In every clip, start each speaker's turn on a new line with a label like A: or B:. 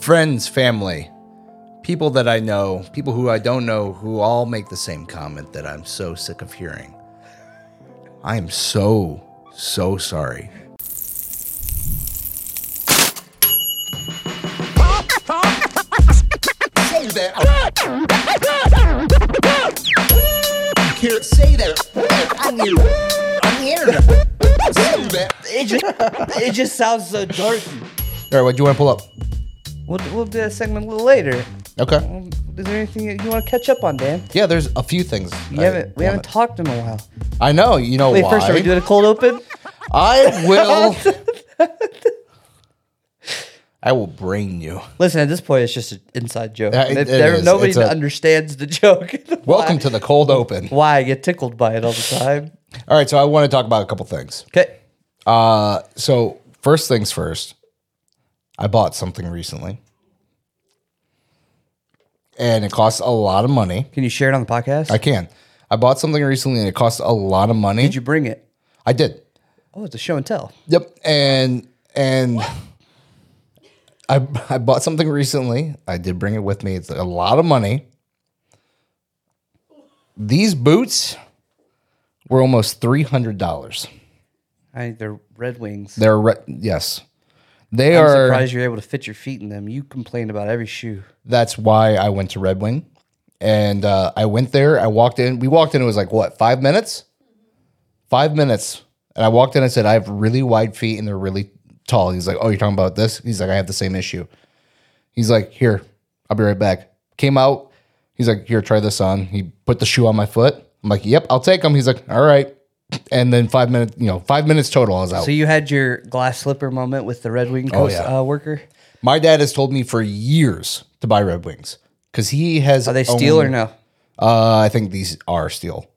A: friends, family, people that I know, people who I don't know, who all make the same comment that I'm so sick of hearing. I am so, so sorry.
B: say that. You can't say that. I'm here. I'm here. Say that.
C: It just, it just sounds so dorky.
A: All right, what do you want to pull up?
C: We'll, we'll do that segment a little later.
A: Okay.
C: Is there anything that you want to catch up on, Dan?
A: Yeah, there's a few things.
C: We haven't, we haven't talked in a while.
A: I know. You know
C: Wait,
A: why?
C: first, are we doing a cold open?
A: I will. I will brain you.
C: Listen, at this point, it's just an inside joke.
A: Yeah, it-
C: If
A: it
C: there-
A: is.
C: nobody
A: It's a-
C: understands the joke.
A: Welcome
C: why,
A: to the cold open.
C: why I get tickled by it all the time.
A: All right, so I want to talk about a couple things.
C: Okay.
A: Uh, so first things first, I bought something recently, and it costs a lot of money.
C: Can you share it on the podcast?
A: I can. I bought something recently, and it costs a lot of money.
C: Did you bring it?
A: I did.
C: Oh, it's a show and tell.
A: Yep. And and I I bought something recently. I did bring it with me. It's a lot of money. These boots were almost three hundred dollars.
C: I they're Red Wings.
A: They're re- yes, they
C: I'm
A: are.
C: surprised you're able to fit your feet in them. You complain about every shoe.
A: That's why I went to Red Wing, and uh, I went there. I walked in. We walked in. It was like what five minutes, five minutes. And I walked in. and said, I have really wide feet, and they're really tall. He's like, Oh, you're talking about this? He's like, I have the same issue. He's like, Here, I'll be right back. Came out. He's like, Here, try this on. He put the shoe on my foot. I'm like, Yep, I'll take them. He's like, All right. And then five minutes, you know, five minutes total. I was out.
C: So you had your glass slipper moment with the Red Wing coast,
A: Oh, yeah.
C: uh, worker.
A: My dad has told me for years to buy Red Wings because he has.
C: Are they steel or no?
A: Uh, I think these are steel.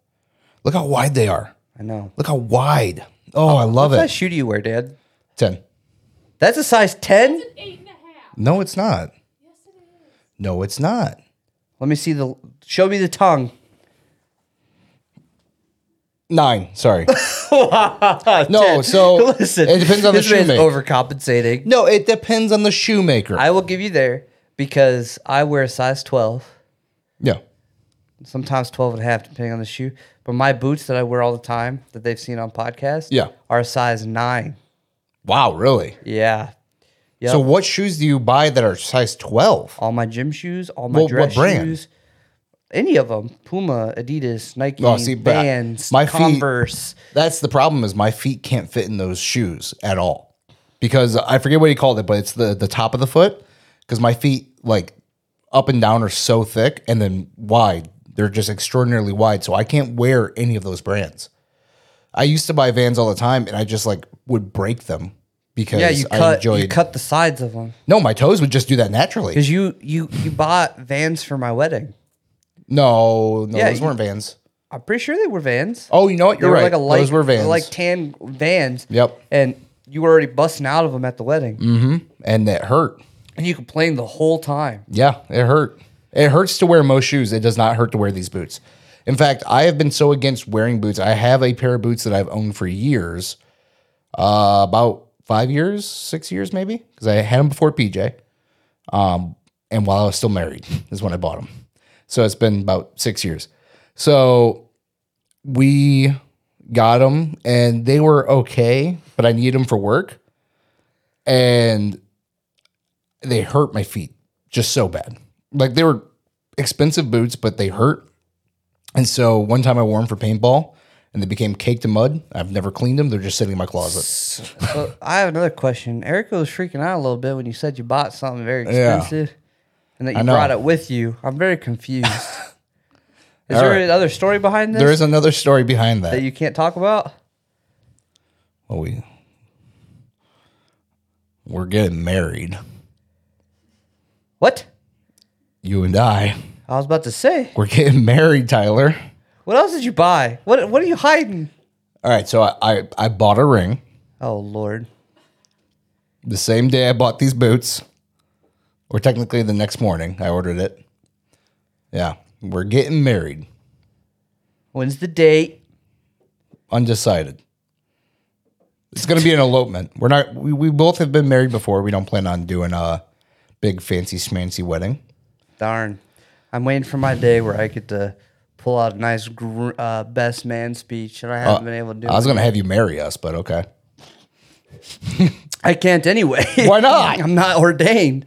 A: Look how wide they are.
C: I know.
A: Look how wide. Oh, I love
C: What size
A: it.
C: shoe do you wear, Dad?
A: Ten.
C: That's a size ten.
D: Eight and a half.
A: No, it's not.
D: Yes, it is.
A: No, it's not.
C: Let me see the. Show me the tongue.
A: Nine. Sorry. no. So
C: Listen,
A: it depends on the
C: this man's
A: shoemaker.
C: overcompensating.
A: no, it depends on the shoemaker.
C: I will give you there because I wear a size twelve,
A: yeah.
C: sometimes 12 and a half, depending on the shoe. But my boots that I wear all the time that they've seen on podcasts,
A: Yeah.
C: are a size nine.
A: Wow. Really.
C: Yeah, Yep.
A: So, what shoes do you buy that are size twelve?
C: all my gym shoes, all my
A: Well, what
C: dress
A: brand?
C: shoes, any of them, Puma, Adidas, Nike,
A: Oh, see, but I-
C: Vans,
A: my feet-
C: Converse.
A: That's the problem. Is my feet can't fit in those shoes at all because I forget what he called it, but it's the the top of the foot because my feet like up and down are so thick and then wide. They're just extraordinarily wide, so I can't wear any of those brands. I used to buy Vans all the time, and I just like would break them because
C: Yeah, you
A: I
C: cut
A: enjoyed.
C: you cut the sides of them
A: no, my toes would just do that naturally.
C: because you you you bought Vans for my wedding.
A: No, no,
C: Yeah,
A: those
C: you-
A: weren't Vans.
C: I'm pretty sure they were Vans.
A: Oh, you know what?
C: They
A: You're
C: were
A: right.
C: Like a light,
A: those were Vans.
C: like tan Vans.
A: Yep. Mm.
C: And you were already busting out of them at the wedding,
A: and that hurt.
C: and you complained the whole time.
A: Yeah, it hurt. It hurts to wear most shoes. It does not hurt to wear these boots. In fact, I have been so against wearing boots. I have a pair of boots that I've owned for years, uh, about five years, six years maybe, because I had them before PJ, um, and while I was still married is when I bought them. So it's been about six years. So we got them, and they were okay, but I needed them for work, and they hurt my feet just so bad. Like they were expensive boots, but they hurt. And so one time I wore them for paintball and they became caked in mud. I've never cleaned them. They're just sitting in my closet.
C: But I have another question. Erica was freaking out a little bit when you said you bought something very
A: Yeah.
C: expensive and that
A: I
C: you
A: know.
C: brought it with you. I'm very confused. Is
A: All
C: there
A: right.
C: another story behind this
A: There is another story behind
C: that
A: that.
C: you can't talk about?
A: Well, we we're getting married.
C: What?
A: You and I.
C: I was about to say.
A: We're getting married, Tyler.
C: What else did you buy? What What are you hiding?
A: All right, so I I, I bought a ring
C: Oh Lord.
A: the same day I bought these boots, or technically the next morning. I ordered it. Yeah, we're getting married.
C: When's the date?
A: undecided. It's going to be an elopement. We're not. We, we both have been married before. We don't plan on doing a big fancy schmancy wedding.
C: Darn. I'm waiting for my day where I get to pull out a nice gr- uh, best man speech, and I haven't been able to do
A: Uh, I was
C: it.
A: gonna have you marry us, but okay.
C: I can't anyway.
A: Why not?
C: I'm not ordained.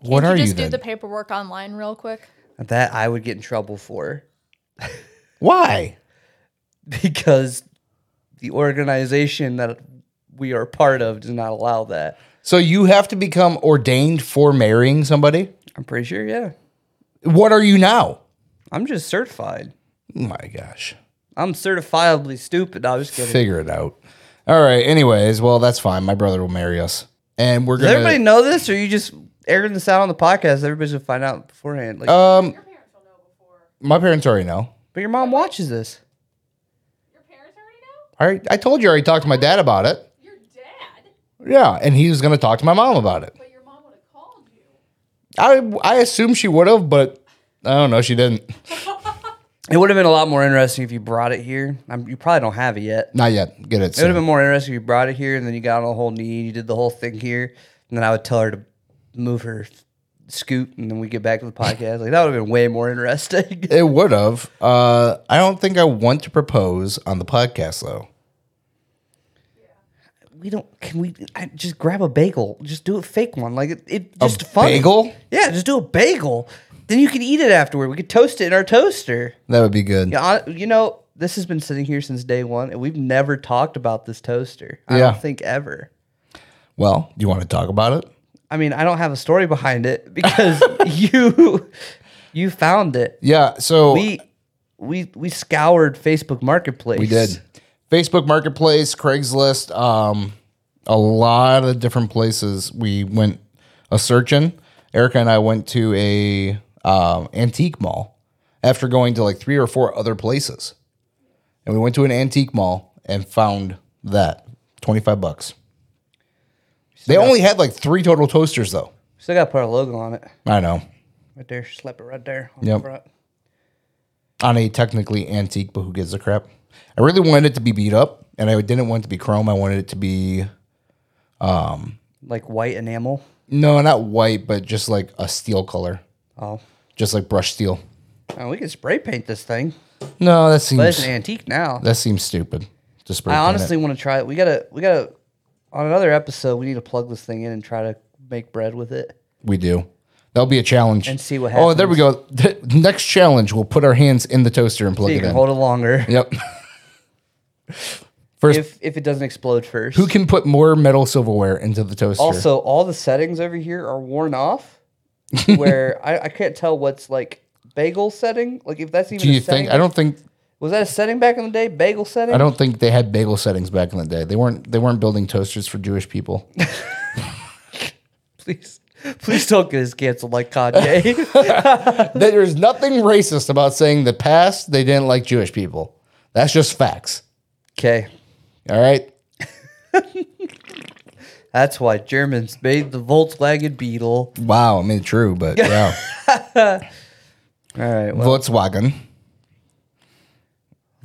A: What
D: Could
A: are
D: you
A: you
D: just do
A: then?
D: the paperwork online real quick?
C: That I would get in trouble for
A: Why?
C: because the organization that we are part of does not allow that.
A: So you have to become ordained for marrying somebody.
C: I'm pretty sure, yeah.
A: What are you now?
C: I'm just certified.
A: Oh my gosh.
C: I'm certifiably stupid. No, I'm just kidding.
A: Figure it out. All right. Anyways, well, that's fine. My brother will marry us, and we're
C: Does
A: gonna.
C: everybody know this, or you just airing this out on the podcast? Everybody's gonna find out beforehand. Like,
A: um, my parents already know.
C: but your mom watches this.
A: All right. I told you I already talked to my dad about it. Your dad? Yeah, and he was going to talk to my mom about it. But your mom would have called you. I I assume she would have, but I don't know. She didn't.
C: It would have been a lot more interesting if you brought it here. I'm, you probably don't have it yet.
A: Not yet. Get it.
C: It would
A: soon.
C: have been more interesting if you brought it here and then you got on the whole knee, you did the whole thing here, and then I would tell her to move her scoot, and then we get back to the podcast. Like that would have been way more interesting.
A: It would have. Uh, I don't think I want to propose on the podcast though.
C: we don't. Can we I, just grab a bagel? Just do a fake one, like it. it just fun.
A: bagel?
C: Yeah, just do a bagel. Then you can eat it afterward. We could toast it in our toaster.
A: That would be good.
C: You know, you know, this has been sitting here since day one, and we've never talked about this toaster. I
A: Yeah.
C: don't think ever.
A: Well, do you want to talk about it?
C: I mean, I don't have a story behind it because you you found it.
A: Yeah. So
C: We we we scoured Facebook Marketplace.
A: We did. Facebook Marketplace, Craigslist, um, a lot of different places we went a searching. Erica and I went to a um, antique mall after going to like three or four other places, and we went to an antique mall and found that twenty five bucks. They only had like three total toasters though.
C: Still got to put our logo on it
A: I know
C: right there. Slap it right there. On
A: Yep.
C: The front.
A: on a technically antique, but who gives a crap? I really wanted it to be beat up, and I didn't want it to be chrome. I wanted it to be
C: Like white enamel.
A: No, not white, but just like a steel color,
C: Oh.
A: just like brush steel.
C: Oh, we can spray paint this thing.
A: No, that
C: But it's
A: seems
C: an antique now.
A: that seems stupid. Just spray
C: I
A: paint it.
C: honestly want to try it. We gotta we gotta on another episode. We need to plug this thing in and try to make bread with it.
A: we do. That'll be a challenge.
C: And see what
A: Oh, there we go. The next challenge, we'll put our hands in the toaster and plug
C: So you
A: it
C: can
A: in.
C: hold it longer
A: yep. First,
C: if if it doesn't explode first.
A: who can put more metal silverware into the toaster?
C: Also, all the settings over here are worn off. where I, I can't tell what's like bagel setting. Like if that's even
A: do you
C: a setting.
A: think? I don't think
C: was that a setting back in the day? Bagel setting.
A: I don't think they had bagel settings back in the day. They weren't they weren't building toasters for Jewish people.
C: please, please don't get us canceled like Kanye.
A: There's nothing racist about saying the past they didn't like Jewish people. That's just facts.
C: okay,
A: All right.
C: that's why Germans made the Volkswagen Beetle.
A: Wow. I mean, true, but yeah.
C: All right, well,
A: Volkswagen.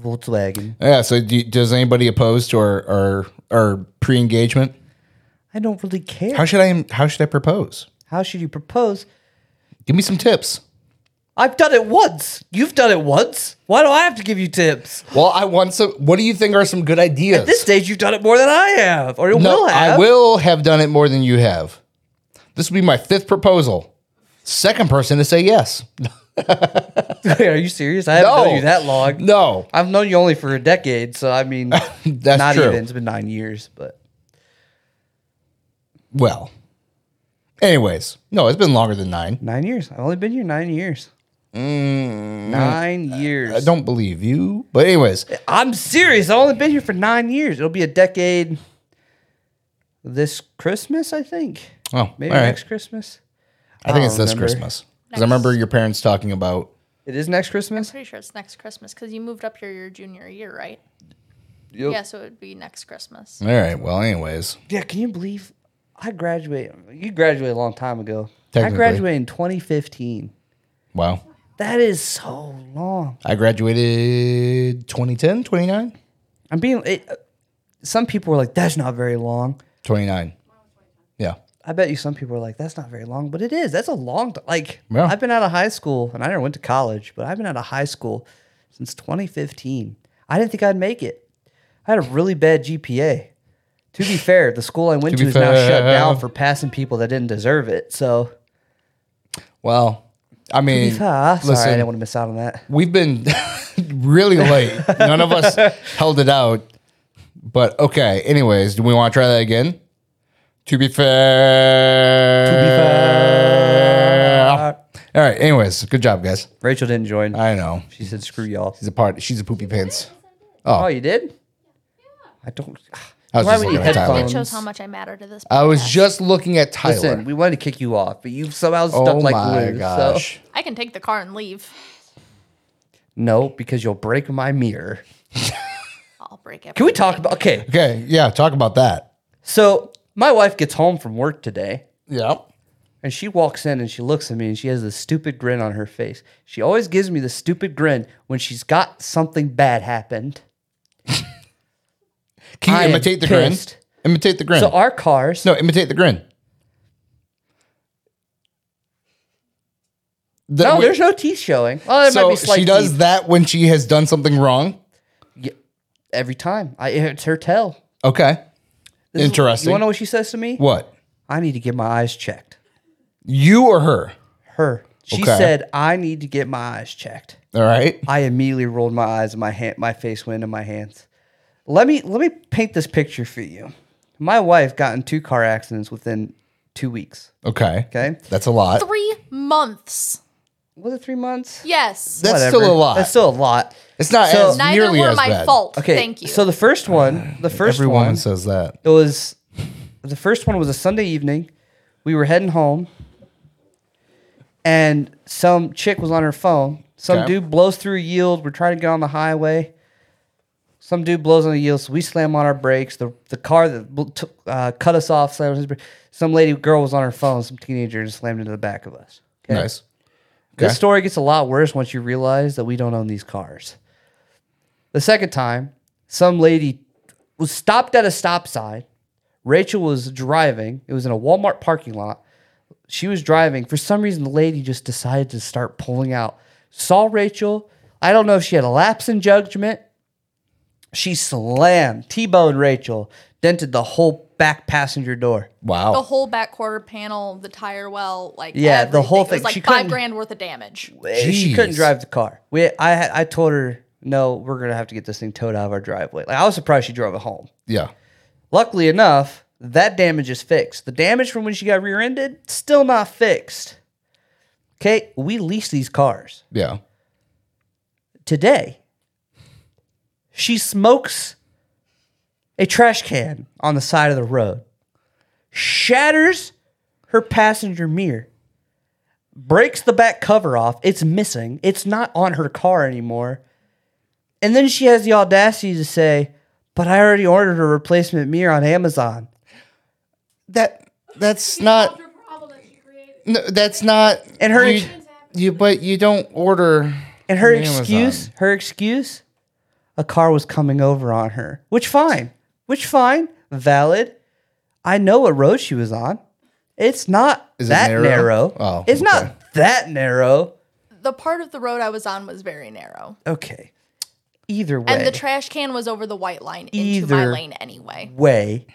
C: Volkswagen.
A: Yeah. So, do, does anybody oppose to our our, our pre engagement?
C: I don't really care.
A: How should I how should I propose?
C: How should you propose?
A: Give me some tips.
C: I've done it once. You've done it once. Why do I have to give you tips?
A: Well, I want some. What do you think are some good ideas?
C: At this stage, you've done it more than I have, or you
A: no,
C: will have.
A: I will have done it more than you have. This will be my fifth proposal. Second person to say yes.
C: Are you serious? I haven't
A: No.
C: known you that long.
A: No,
C: I've known you only for a decade, so I mean,
A: that's
C: not
A: true.
C: even. It's been nine years, but
A: Well, anyways, no, it's been longer than nine.
C: nine years. I've only been here nine years.
A: Mm,
C: nine years.
A: I Uh, don't believe you, but anyways,
C: I'm serious. I've only been here for nine years. It'll be a decade this Christmas, I think.
A: oh,
C: Maybe
A: all right.
C: next Christmas.
A: I think
C: I
A: it's this
C: Oh, remember.
A: Christmas because I remember your parents talking about
C: It is next Christmas.
D: Pretty sure it's next Christmas because you moved up here your junior year, right?
C: Yep.
D: Yeah, so it would be next Christmas.
A: All right. Well, anyways,
C: Yeah, can you believe I graduated? You graduated a long time ago. I
A: Technically.
C: graduated in 2015.
A: wow.
C: That is so long.
A: I graduated 2010, 29,
C: uh, I'm being. It, some people were like, "That's not very long."
A: 29. Yeah.
C: I bet you some people are like, that's not very long, but it is. That's a long time. Like,
A: Yeah.
C: I've been out of high school and I never went to college, but I've been out of high school since 2015. I didn't think I'd make it. I had a really bad GPA. To be fair, the school I went
A: To
C: to,
A: be
C: is now shut
A: fair.
C: down for passing people that didn't deserve it. So,
A: Well, I mean,
C: ah, sorry, I
A: Mm. listen,
C: didn't want to miss out on that.
A: we've been really late. None of us held it out. But okay. Anyways, do we want to try that again? To be fair. To be fair. All right. Anyways, good job, guys.
C: Rachel didn't join.
A: I know
C: she said, screw y'all.
A: Uh, she's a part. She's a poopy pants.
C: Oh, you did? I don't. ah,
A: I was
C: Why
A: just
C: would you
A: looking at Tyler.
D: It
C: headphones?
D: shows how much I matter to this.
A: I was
D: podcast.
A: just looking at Tyler.
C: Listen, we wanted to kick you off, but you've somehow stuck
A: oh
C: like
A: my
C: glue.
A: gosh.
C: So.
D: I can take the car and leave.
C: No, because you'll break my mirror.
D: I'll break it.
C: Can we talk about okay?
A: Okay, yeah, talk about that.
C: So my wife gets home from work today,
A: Yeah.
C: and she walks in and she looks at me and she has this stupid grin on her face. She always gives me the stupid grin when she's got something bad happened.
A: Can you
C: I am
A: imitate the
C: pissed.
A: grin? Imitate the grin.
C: So uh, our cars,
A: no, imitate the grin. The-
C: no,
A: wait,
C: there's no teeth showing. Well, there might
A: so
C: be slight
A: she does
C: teeth.
A: that when she has done something wrong.
C: Yeah, every time. I it's her tell.
A: Okay.
C: This is-
A: Interesting.
C: you want to know what she says to me?
A: What?
C: I need to get my eyes checked.
A: You or her?
C: Her. She
A: Okay.
C: said, "I need to get my eyes checked."
A: All right.
C: I immediately rolled my eyes and my hand, my face went into my hands. Let me let me paint this picture for you. My wife got in two car accidents within two weeks.
A: Okay.
C: Okay,
A: That's a lot.
D: Three months.
C: was it three months?
D: Yes.
A: That's still a lot.
C: That's still a lot.
A: it's not
C: So-
A: as
D: Neither
A: nearly
D: were
A: as
D: my
A: bad.
D: fault.
C: Okay,
D: Thank you.
C: So the first one, the first
A: Every
C: one,
A: woman says that.
C: it was the first one was a Sunday evening. We were heading home, and some chick was on her phone. Some
A: Okay.
C: dude blows through a yield. We're trying to get on the highway. Some dude blows on the yield, so we slam on our brakes. The the car that bl- took- uh, cut us off slammed on his brakes. Some lady girl was on her phone. Some teenager just slammed into the back of us. Okay?
A: Nice.
C: This
A: Okay.
C: story gets a lot worse once you realize that we don't own these cars. The second time, some lady was stopped at a stop sign. Rachel was driving. It was in a Walmart parking lot. She was driving. For some reason, the lady just decided to start pulling out. Saw Rachel. I don't know if she had a lapse in judgment. She slammed T-boned Rachel, dented the whole back passenger door.
A: Wow.
D: the whole back quarter panel, the tire well, like
C: Yeah, the whole
D: everything. It
C: thing.
D: was like
C: She
D: five
C: couldn't-
D: grand worth of damage.
C: Eh, She
A: Jeez.
C: couldn't drive the car. We, I, had- I told her, no, we're gonna have to get this thing towed out of our driveway. Like I was surprised she drove it home.
A: yeah.
C: Luckily enough, that damage is fixed. The damage from when she got rear-ended still not fixed. Okay, we lease these cars
A: Yeah.
C: today. She smokes a trash can on the side of the road, shatters her passenger mirror, breaks the back cover off. It's missing, it's not on her car anymore. And then she has the audacity to say, But I already ordered a replacement mirror on Amazon.
A: That that's not No, that's not.
C: And her-
A: you, you- but you don't order.
C: And her
A: on Amazon.
C: excuse, her excuse, a car was coming over on her. Which fine. Which fine. Valid. I know what road she was on. It's not
A: Is it
C: that
A: narrow?
C: narrow.
A: Oh,
C: it's
A: okay.
C: not that narrow.
D: The part of the road I was on was very narrow,
C: Okay. Either way.
D: and the trash can was over the white line into my
C: Either-
D: lane anyway.
C: way.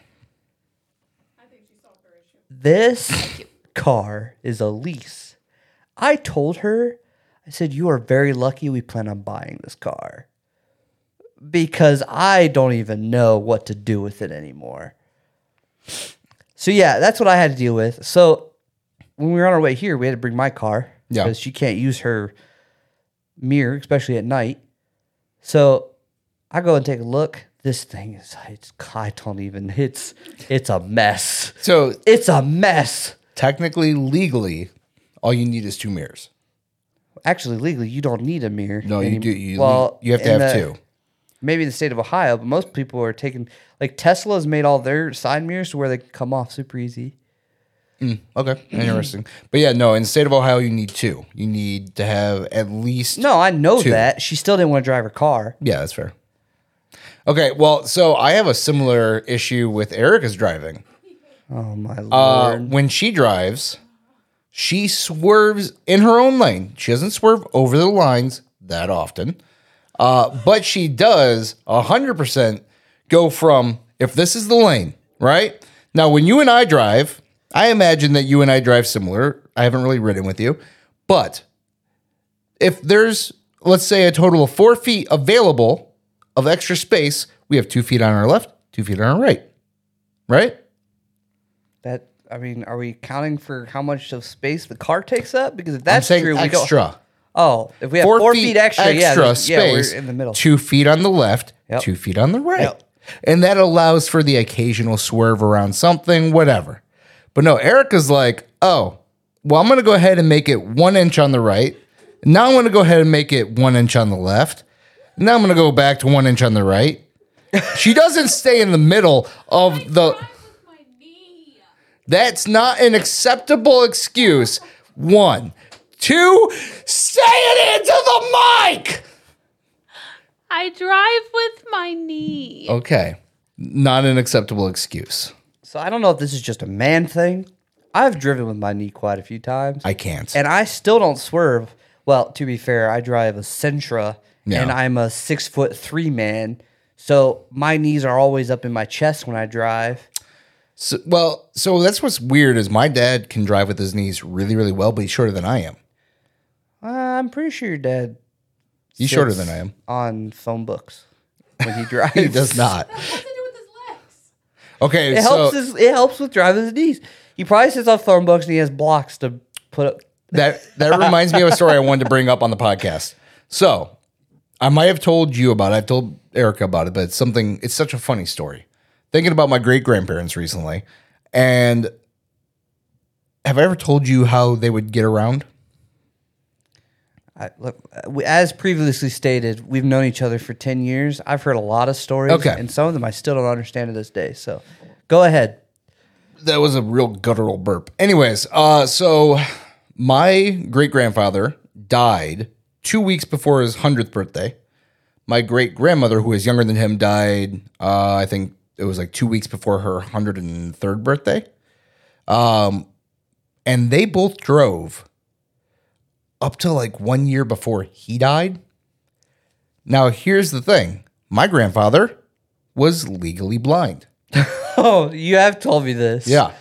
C: This car is a lease. I told her, I said, You are very lucky we plan on buying this car because I don't even know what to do with it anymore. So, yeah, that's what I had to deal with. So, when we were on our way here, we had to bring my car
A: Yeah.
C: because she can't use her mirror, especially at night. So I go and take a look. This thing is it's I don't even it's it's a mess.
A: So
C: It's a mess.
A: technically, legally, all you need is two mirrors.
C: Actually, legally, you don't need a mirror.
A: No, you
C: any-
A: do. You,
C: well,
A: you have to
C: in
A: have
C: the-
A: two.
C: Maybe in the state of Ohio, but most people are taking like Tesla's made all their side mirrors to where they come off super easy.
A: Okay, interesting. But yeah, no. In the state of Ohio, you need two. You need to have at least.
C: No, I know
A: Two.
C: that. She still didn't want to drive her car.
A: Yeah, that's fair. Okay, well, so I have a similar issue with Erica's driving.
C: Oh my
A: Uh,
C: lord!
A: when she drives, she swerves in her own lane. She doesn't swerve over the lines that often, uh, but she does 100% go from if this is the lane, right? Now, when you and I drive, I imagine that you and I drive similar. I haven't really ridden with you, but if there's, let's say, a total of four feet available of extra space, we have two feet on our left, two feet on our right, right?
C: That I mean, are we counting for how much of space the car takes up? Because if
A: I'm
C: that's
A: saying
C: true, we go.
A: extra.
C: Oh, if we have four, feet, extra, yeah, then- yeah, we're in the middle.
A: Two feet on the left,
C: Yep.
A: two feet on the right.
C: Yep.
A: And that allows for the occasional swerve around something, whatever. But no, Erica's like, oh, well, I'm going to go ahead and make it one inch on the right. Now I'm going to go ahead and make it one inch on the left. Now I'm going to go back to one inch on the right. she doesn't stay in the middle of the. That's not an acceptable excuse. One, two, say it into the mic.
E: I drive with my knee.
A: Okay. Not an acceptable excuse.
C: So I don't know if this is just a man thing. I've driven with my knee quite a few times,
A: I can't.
C: and I still don't swerve. Well, to be fair, I drive a Sentra,
A: Yeah.
C: and I'm a six foot three man, so my knees are always up in my chest when I drive.
A: So, well, so that's what's weird is my dad can drive with his knees really, really well, but he's shorter than I am.
C: Uh, I'm pretty sure your dad.
A: He's
C: sits
A: shorter than I am.
C: On phone books when he drives.
A: He does not.
E: What's it do with his legs?
A: Okay,
C: It
A: so
C: helps. His, it helps with driving his knees. He probably sits on phone books and he has blocks to put up.
A: that that reminds me of a story I wanted to bring up on the podcast. So I might have told you about it. I've told Erica about it, but it's something it's such a funny story. Thinking about my great grandparents recently, and have I ever told you how they would get around?
C: I, look, uh, we- as previously stated, we've known each other for ten years. I've heard a lot of stories,
A: Okay.
C: and some of them I still don't understand to this day. So, go ahead.
A: that was a real guttural burp. Anyways, uh, so my great grandfather died two weeks before his hundredth birthday. My great grandmother, who is younger than him, died. Uh, I think it was like two weeks before her hundred and third birthday. Um, and they both drove up to like one year before he died. Now, here's the thing: my grandfather was legally blind.
C: Oh, you have told me this.
A: Yeah.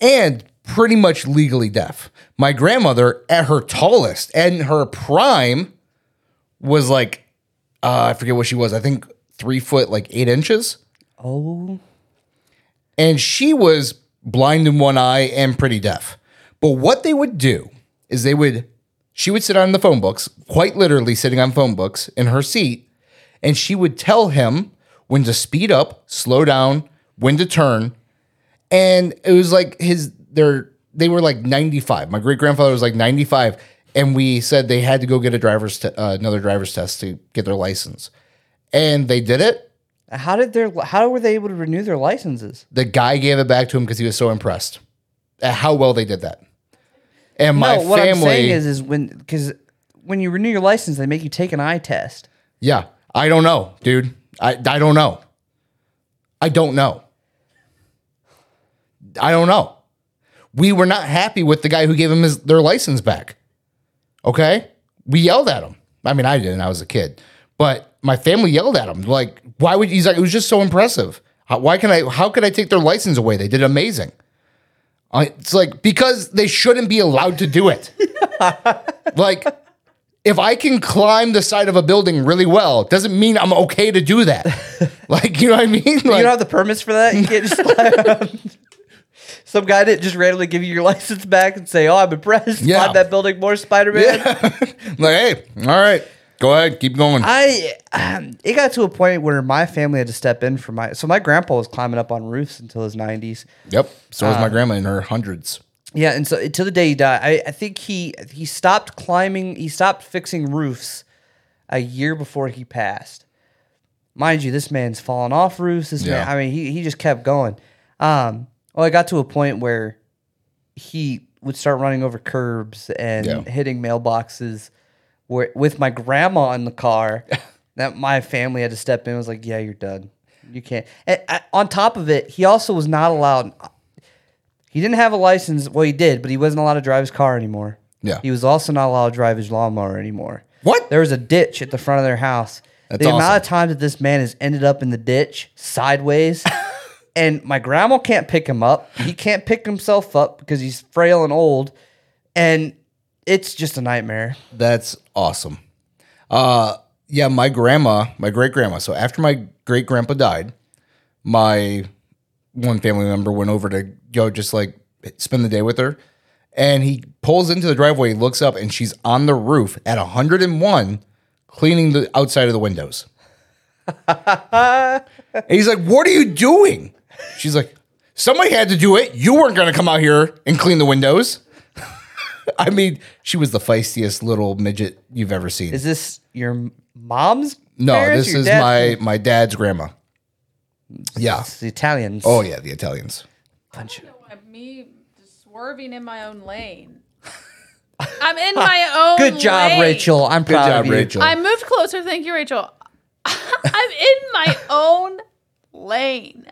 A: And pretty much legally deaf. My grandmother, at her tallest and her prime, was like, uh, I forget what she was. I think three foot, like eight inches.
C: Oh,
A: And she was blind in one eye and pretty deaf. But what they would do is they would, she would sit on the phone books, quite literally sitting on phone books in her seat, and she would tell him when to speed up, slow down, when to turn, and it was like his their they were like 95 my great grandfather was like 95 and we said they had to go get a driver's te- uh, another driver's test to get their license and they did it
C: how did their how were they able to renew their licenses?
A: the guy gave it back to him because he was so impressed at how well they did that and my
C: no, what
A: family
C: I'm saying is, is when because when you renew your license, they make you take an eye test.
A: yeah i don't know dude i, I don't know i don't know i don't know we were not happy with the guy who gave him his, their license back. Okay? We yelled at him. I mean, I didn't. I was a kid. But my family yelled at him. Like, why would he's like, it was just so impressive. How, why can I, how could I take their license away? They did amazing. I, it's like, because they shouldn't be allowed to do it. like, if I can climb the side of a building really well, doesn't mean I'm okay to do that. like, you know what I mean? Like,
C: you don't have the permits for that. You can't just fly around. Some guy didn't just randomly give you your license back and say, "Oh, I'm impressed.
A: Yeah.
C: Climb that building more, Spider Man."
A: like, hey, all right, go ahead, keep going.
C: I um, it got to a point where my family had to step in for my. So my grandpa was climbing up on roofs until his nineties.
A: Yep. So was my grandma in her hundreds.
C: Yeah, and so until the day he died, I, I think he he stopped climbing. He stopped fixing roofs a year before he passed. Mind you, this man's fallen off roofs. This man,
A: Yeah.
C: I mean, he he just kept going. Um, well, I got to a point where he would start running over curbs and
A: Yeah.
C: hitting mailboxes where, with my grandma in the car that my family had to step in and was like yeah you're done you can't and, uh, on top of it he also was not allowed He didn't have a license. Well, he did, but he wasn't allowed to drive his car anymore.
A: Yeah.
C: He was also not allowed to drive his lawnmower anymore.
A: What?
C: There was a ditch at the front of their house.
A: That's
C: the amount
A: awesome.
C: of time that this man has ended up in the ditch sideways, and my grandma can't pick him up. He can't pick himself up because he's frail and old, and it's just a nightmare.
A: That's awesome. Uh, yeah, my grandma, my great grandma. So after my great grandpa died, my one family member went over to go just like spend the day with her. And he pulls into the driveway, he looks up, and she's on the roof at 101 cleaning the outside of the windows. and he's like, What are you doing? She's like, Somebody had to do it. You weren't going to come out here and clean the windows. I mean, she was the feistiest little midget you've ever seen.
C: Is this your m- mom's?
A: no,
C: parents,
A: this
C: your
A: is
C: dad's-
A: my my dad's grandma. Yeah.
C: It's the Italians.
A: Oh yeah, the Italians.
C: Punch it.
E: Uh, Me just swerving in my own lane. I'm in my own.
C: Good job,
E: lane.
C: Rachel. I'm
A: Good
C: proud
A: job,
C: of you.
A: Rachel.
E: I moved closer. Thank you, Rachel. I'm in my own lane.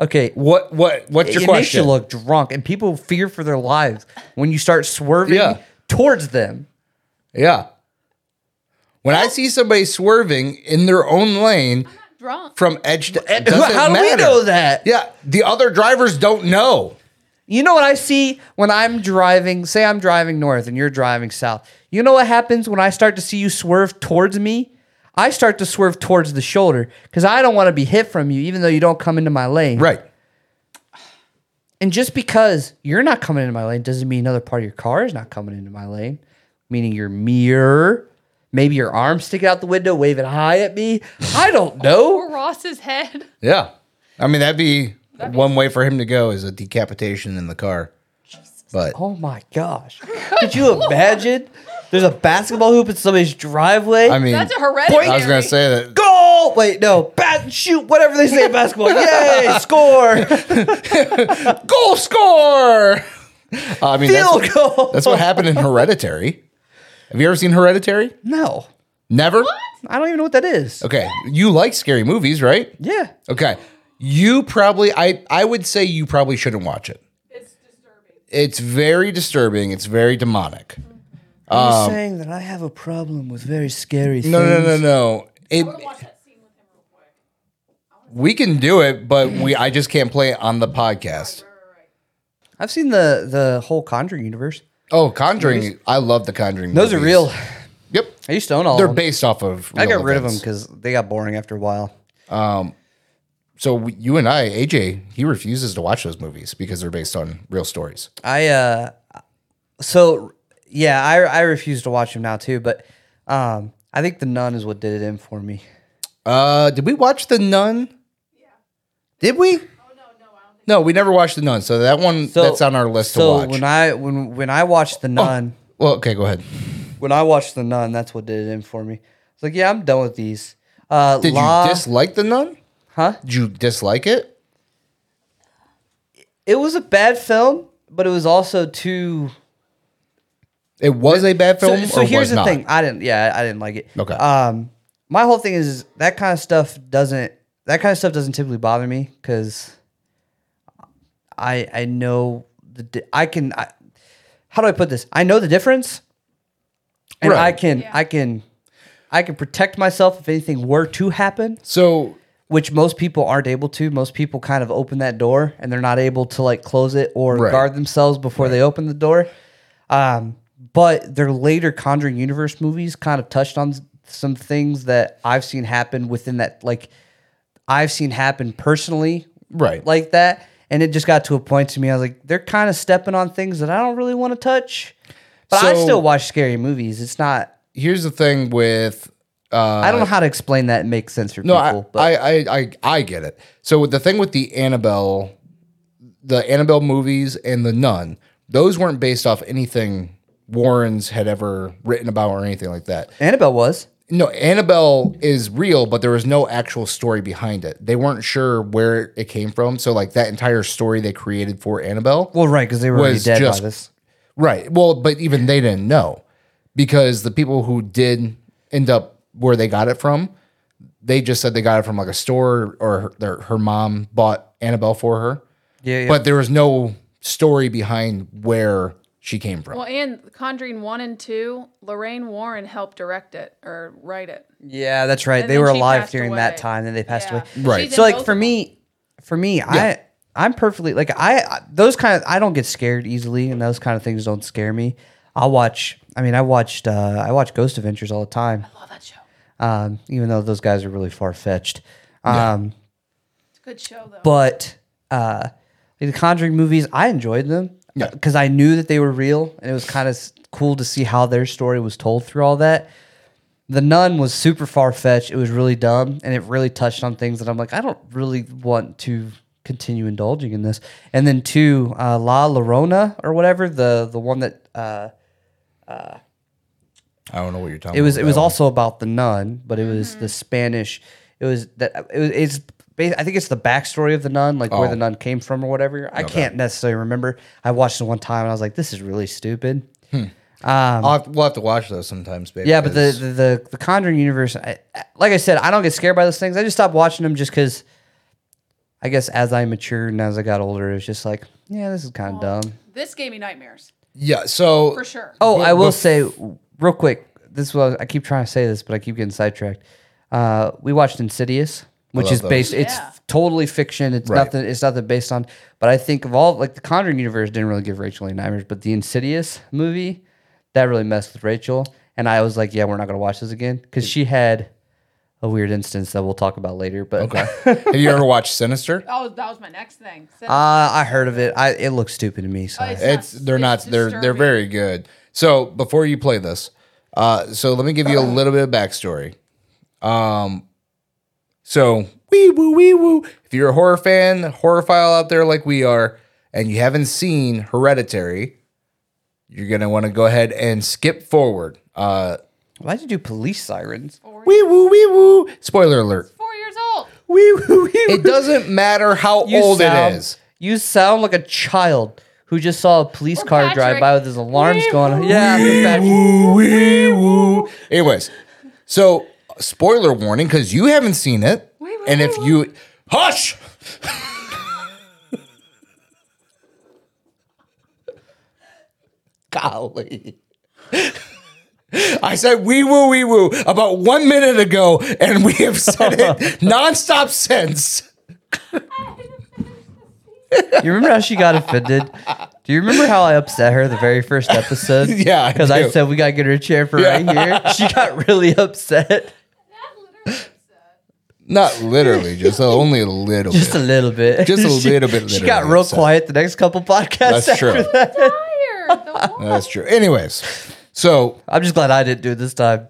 C: Okay,
A: what what what's
C: it
A: your
C: it makes
A: question?
C: you look drunk, and people fear for their lives when you start swerving
A: Yeah.
C: towards them.
A: yeah. When I see somebody swerving in their own lane
E: Drunk.
A: from edge to edge,
C: How do we know that?
A: Yeah, the other drivers don't know.
C: You know what I see when I'm driving? Say I'm driving north and you're driving south. You know what happens when I start to see you swerve towards me? I start to swerve towards the shoulder because I don't want to be hit from you, even though you don't come into my lane.
A: Right.
C: And just because you're not coming into my lane doesn't mean another part of your car is not coming into my lane, meaning your mirror, maybe your arm sticking out the window, waving hi at me. I don't know.
E: Or Ross's head.
A: Yeah. I mean, that'd be one way for him to go is a decapitation in the car. But
C: Oh my gosh. Could you imagine? There's a basketball hoop in somebody's driveway.
A: I mean,
E: That's a hereditary.
A: I was gonna say that
C: goal. Wait, no, bat, shoot, whatever they say in basketball. Yay, score,
A: goal score. I mean, that's
C: field
A: what,
C: goal.
A: that's what happened in Hereditary. Have you ever seen Hereditary?
C: No,
A: Never.
C: I don't even know what that is.
A: Okay, you like scary movies, right?
C: Yeah,
A: Okay. You probably I I would say you probably shouldn't watch it. It's disturbing. It's very disturbing. It's very demonic.
C: I'm just saying that I have a problem with very scary things.
A: Um, No, no, no, no. It We can do it, but we I just can't play it on the podcast.
C: I've seen the the whole Conjuring universe.
A: Oh, Conjuring. I love the Conjuring.
C: Those are
A: movies.
C: real.
A: Yep.
C: I used to own all.
A: They're
C: of them.
A: based off of
C: I
A: real
C: got rid of them
A: events.
C: because they got boring after a while.
A: So we- you and I, AJ, he refuses to watch those movies because they're based on real stories.
C: I uh, so yeah, I I refuse to watch them now too. But um, I think the Nun is what did it in for me.
A: Uh, did we watch The Nun? Did
C: Oh,
A: we? No, we never watched The Nun. So that one
C: So-
A: that's on our list
C: So
A: to watch. Oh.
C: when I when when I watched the Nun.
A: well, okay, go ahead.
C: when I watched The Nun, that's what did it in for me. It's like, yeah, I'm done with these. Uh,
A: Did
C: La,
A: you dislike The Nun?
C: Huh?
A: Did you dislike it?
C: It was a bad film, but it was also too.
A: It was a bad
C: So,
A: film.
C: so
A: or
C: here's
A: was
C: the
A: not?
C: thing. I didn't. Yeah, I didn't like it.
A: Okay.
C: Um, my whole thing is, is that kind of stuff doesn't. That kind of stuff doesn't typically bother me because I I know the di- I can. I, how do I put this? I know the difference, and I
A: Right.
C: can I can I can protect myself if anything were to happen.
A: So
C: which most people aren't able to. Most people kind of open that door and they're not able to like close it or
A: Right.
C: guard themselves before they open the door. Um, but their later Conjuring Universe movies kind of touched on s- some things that I've seen happen within that, like I've seen happen personally,
A: right,
C: like that. And it just got to a point to me, I was like, they're kind of stepping on things that I don't really want to touch. But I
A: So-
C: still watch scary movies. It's not,
A: here's the thing with
C: I don't know how to explain that and make sense for
A: Uh, No,
C: people. but
A: I, I, I, I, I get it. So with the thing with the Annabelle, the Annabelle movies and the Nun, those weren't based off anything Warrens had ever written about or anything like that.
C: Annabelle was.
A: No, Annabelle is real, but there was no actual story behind it. They weren't sure where it came from. So like that entire story they created for Annabelle
C: Well, right, because they were already
A: Was
C: dead
A: just-
C: by this.
A: Right. Well, but even they didn't know because the people who did end up where they got it from, they just said they got it from like a store or her, their, her mom bought Annabelle for her.
C: Yeah, yeah.
A: But there was no story behind where she came from.
E: Well, and Conjuring One and Two, Lorraine Warren helped direct it or write it.
C: Yeah, that's right.
E: And
C: they
E: then
C: were
E: she
C: alive
E: passed
C: during that
E: away.
C: time, then they passed
E: Yeah.
C: away.
A: Right.
E: She's
C: So
E: in
C: like
E: both
C: for
E: of
C: me, for me,
A: Yeah.
C: I I'm perfectly like I I- those kind of I don't get scared easily, and those kind of things don't scare me. I'll watch. I mean, I watched uh, I watch Ghost Adventures all the time,
E: them. Love that show.
C: um, even though those guys are really far fetched. Um,
E: It's a good show though.
C: But uh, the Conjuring movies, I enjoyed them
A: Yeah.
C: because I knew that they were real, and it was kind of cool to see how their story was told through all that. The Nun was super far fetched. It was really dumb, and it really touched on things that I'm like, I don't really want to continue indulging in this. And then two, uh, La Llorona or whatever the the one that uh,
A: I don't know what you're talking
C: it was
A: about.
C: it was also about the nun, but it was the Spanish. It was that it was, it's. ba- I think it's the backstory of the nun, like where the
A: Oh.
C: nun came from or whatever. I can't necessarily remember. I watched it one time and I was like, "This is really stupid."
A: I'll have, we'll have to watch those sometimes, babe.
C: Yeah, but the,
A: 'cause-
C: the the the Conjuring universe, I, I- like I said, I don't get scared by those things. I just stopped watching them just because. I guess as I matured and as I got older, it was just like, yeah, this is kind of dumb.
E: this gave me nightmares
A: yeah. So
E: for sure.
C: Oh, I will
A: bef-
C: say real quick. This was I keep trying to say this, but I keep getting sidetracked. Uh, we watched Insidious, which
A: love
C: is based. It's
E: Yeah.
C: totally fiction. It's
A: Right.
C: nothing. It's nothing based on. But I think of all like the Conjuring universe didn't really give Rachel any nightmares, but the Insidious movie that really messed with Rachel. And I was like, yeah, we're not gonna watch this again because she had a weird instance that we'll talk about later. But
A: okay. have you ever watched Sinister?
E: Oh, that was my next thing. Sin-
C: uh, I heard of it. I it looks stupid to me. So I-
E: Oh, it's-
A: It's they're not
E: It's
A: they're they're
E: disturbing.
A: very good. So before you play this, uh, so let me give you a little bit of backstory. Um, so wee woo wee woo. If you're a horror fan, horror file out there like we are, and you haven't seen Hereditary, you're gonna want to go ahead and skip forward. Uh,
C: why'd you do police sirens?
A: wee woo wee woo. Spoiler alert.
E: Four years old.
C: Wee woo wee.
A: It doesn't matter how old it is.
C: You sound like a child who just saw a police
E: Or
C: car drive
E: Patrick.
C: by with his alarms going on. Yeah,
A: Woo, wee, woo. Anyways, so spoiler warning because you haven't seen it, and if you hush, golly. I said wee woo wee woo about one minute ago, and we have said it nonstop since.
C: You remember how she got offended? Do you remember how I upset her the very first episode?
A: Yeah, I
C: Because I,
A: do.
C: said we got to get her a chair for right here. She got really upset.
A: Not literally, just only a little
C: Just a
A: bit.
C: little bit.
A: Just a
C: She-
A: little bit
C: She
A: literally
C: got real
A: upset.
C: quiet the next couple podcasts.
A: That's true.
E: Tired. The wall.
A: That's true. Anyways, so
C: I'm just glad I didn't do it this time.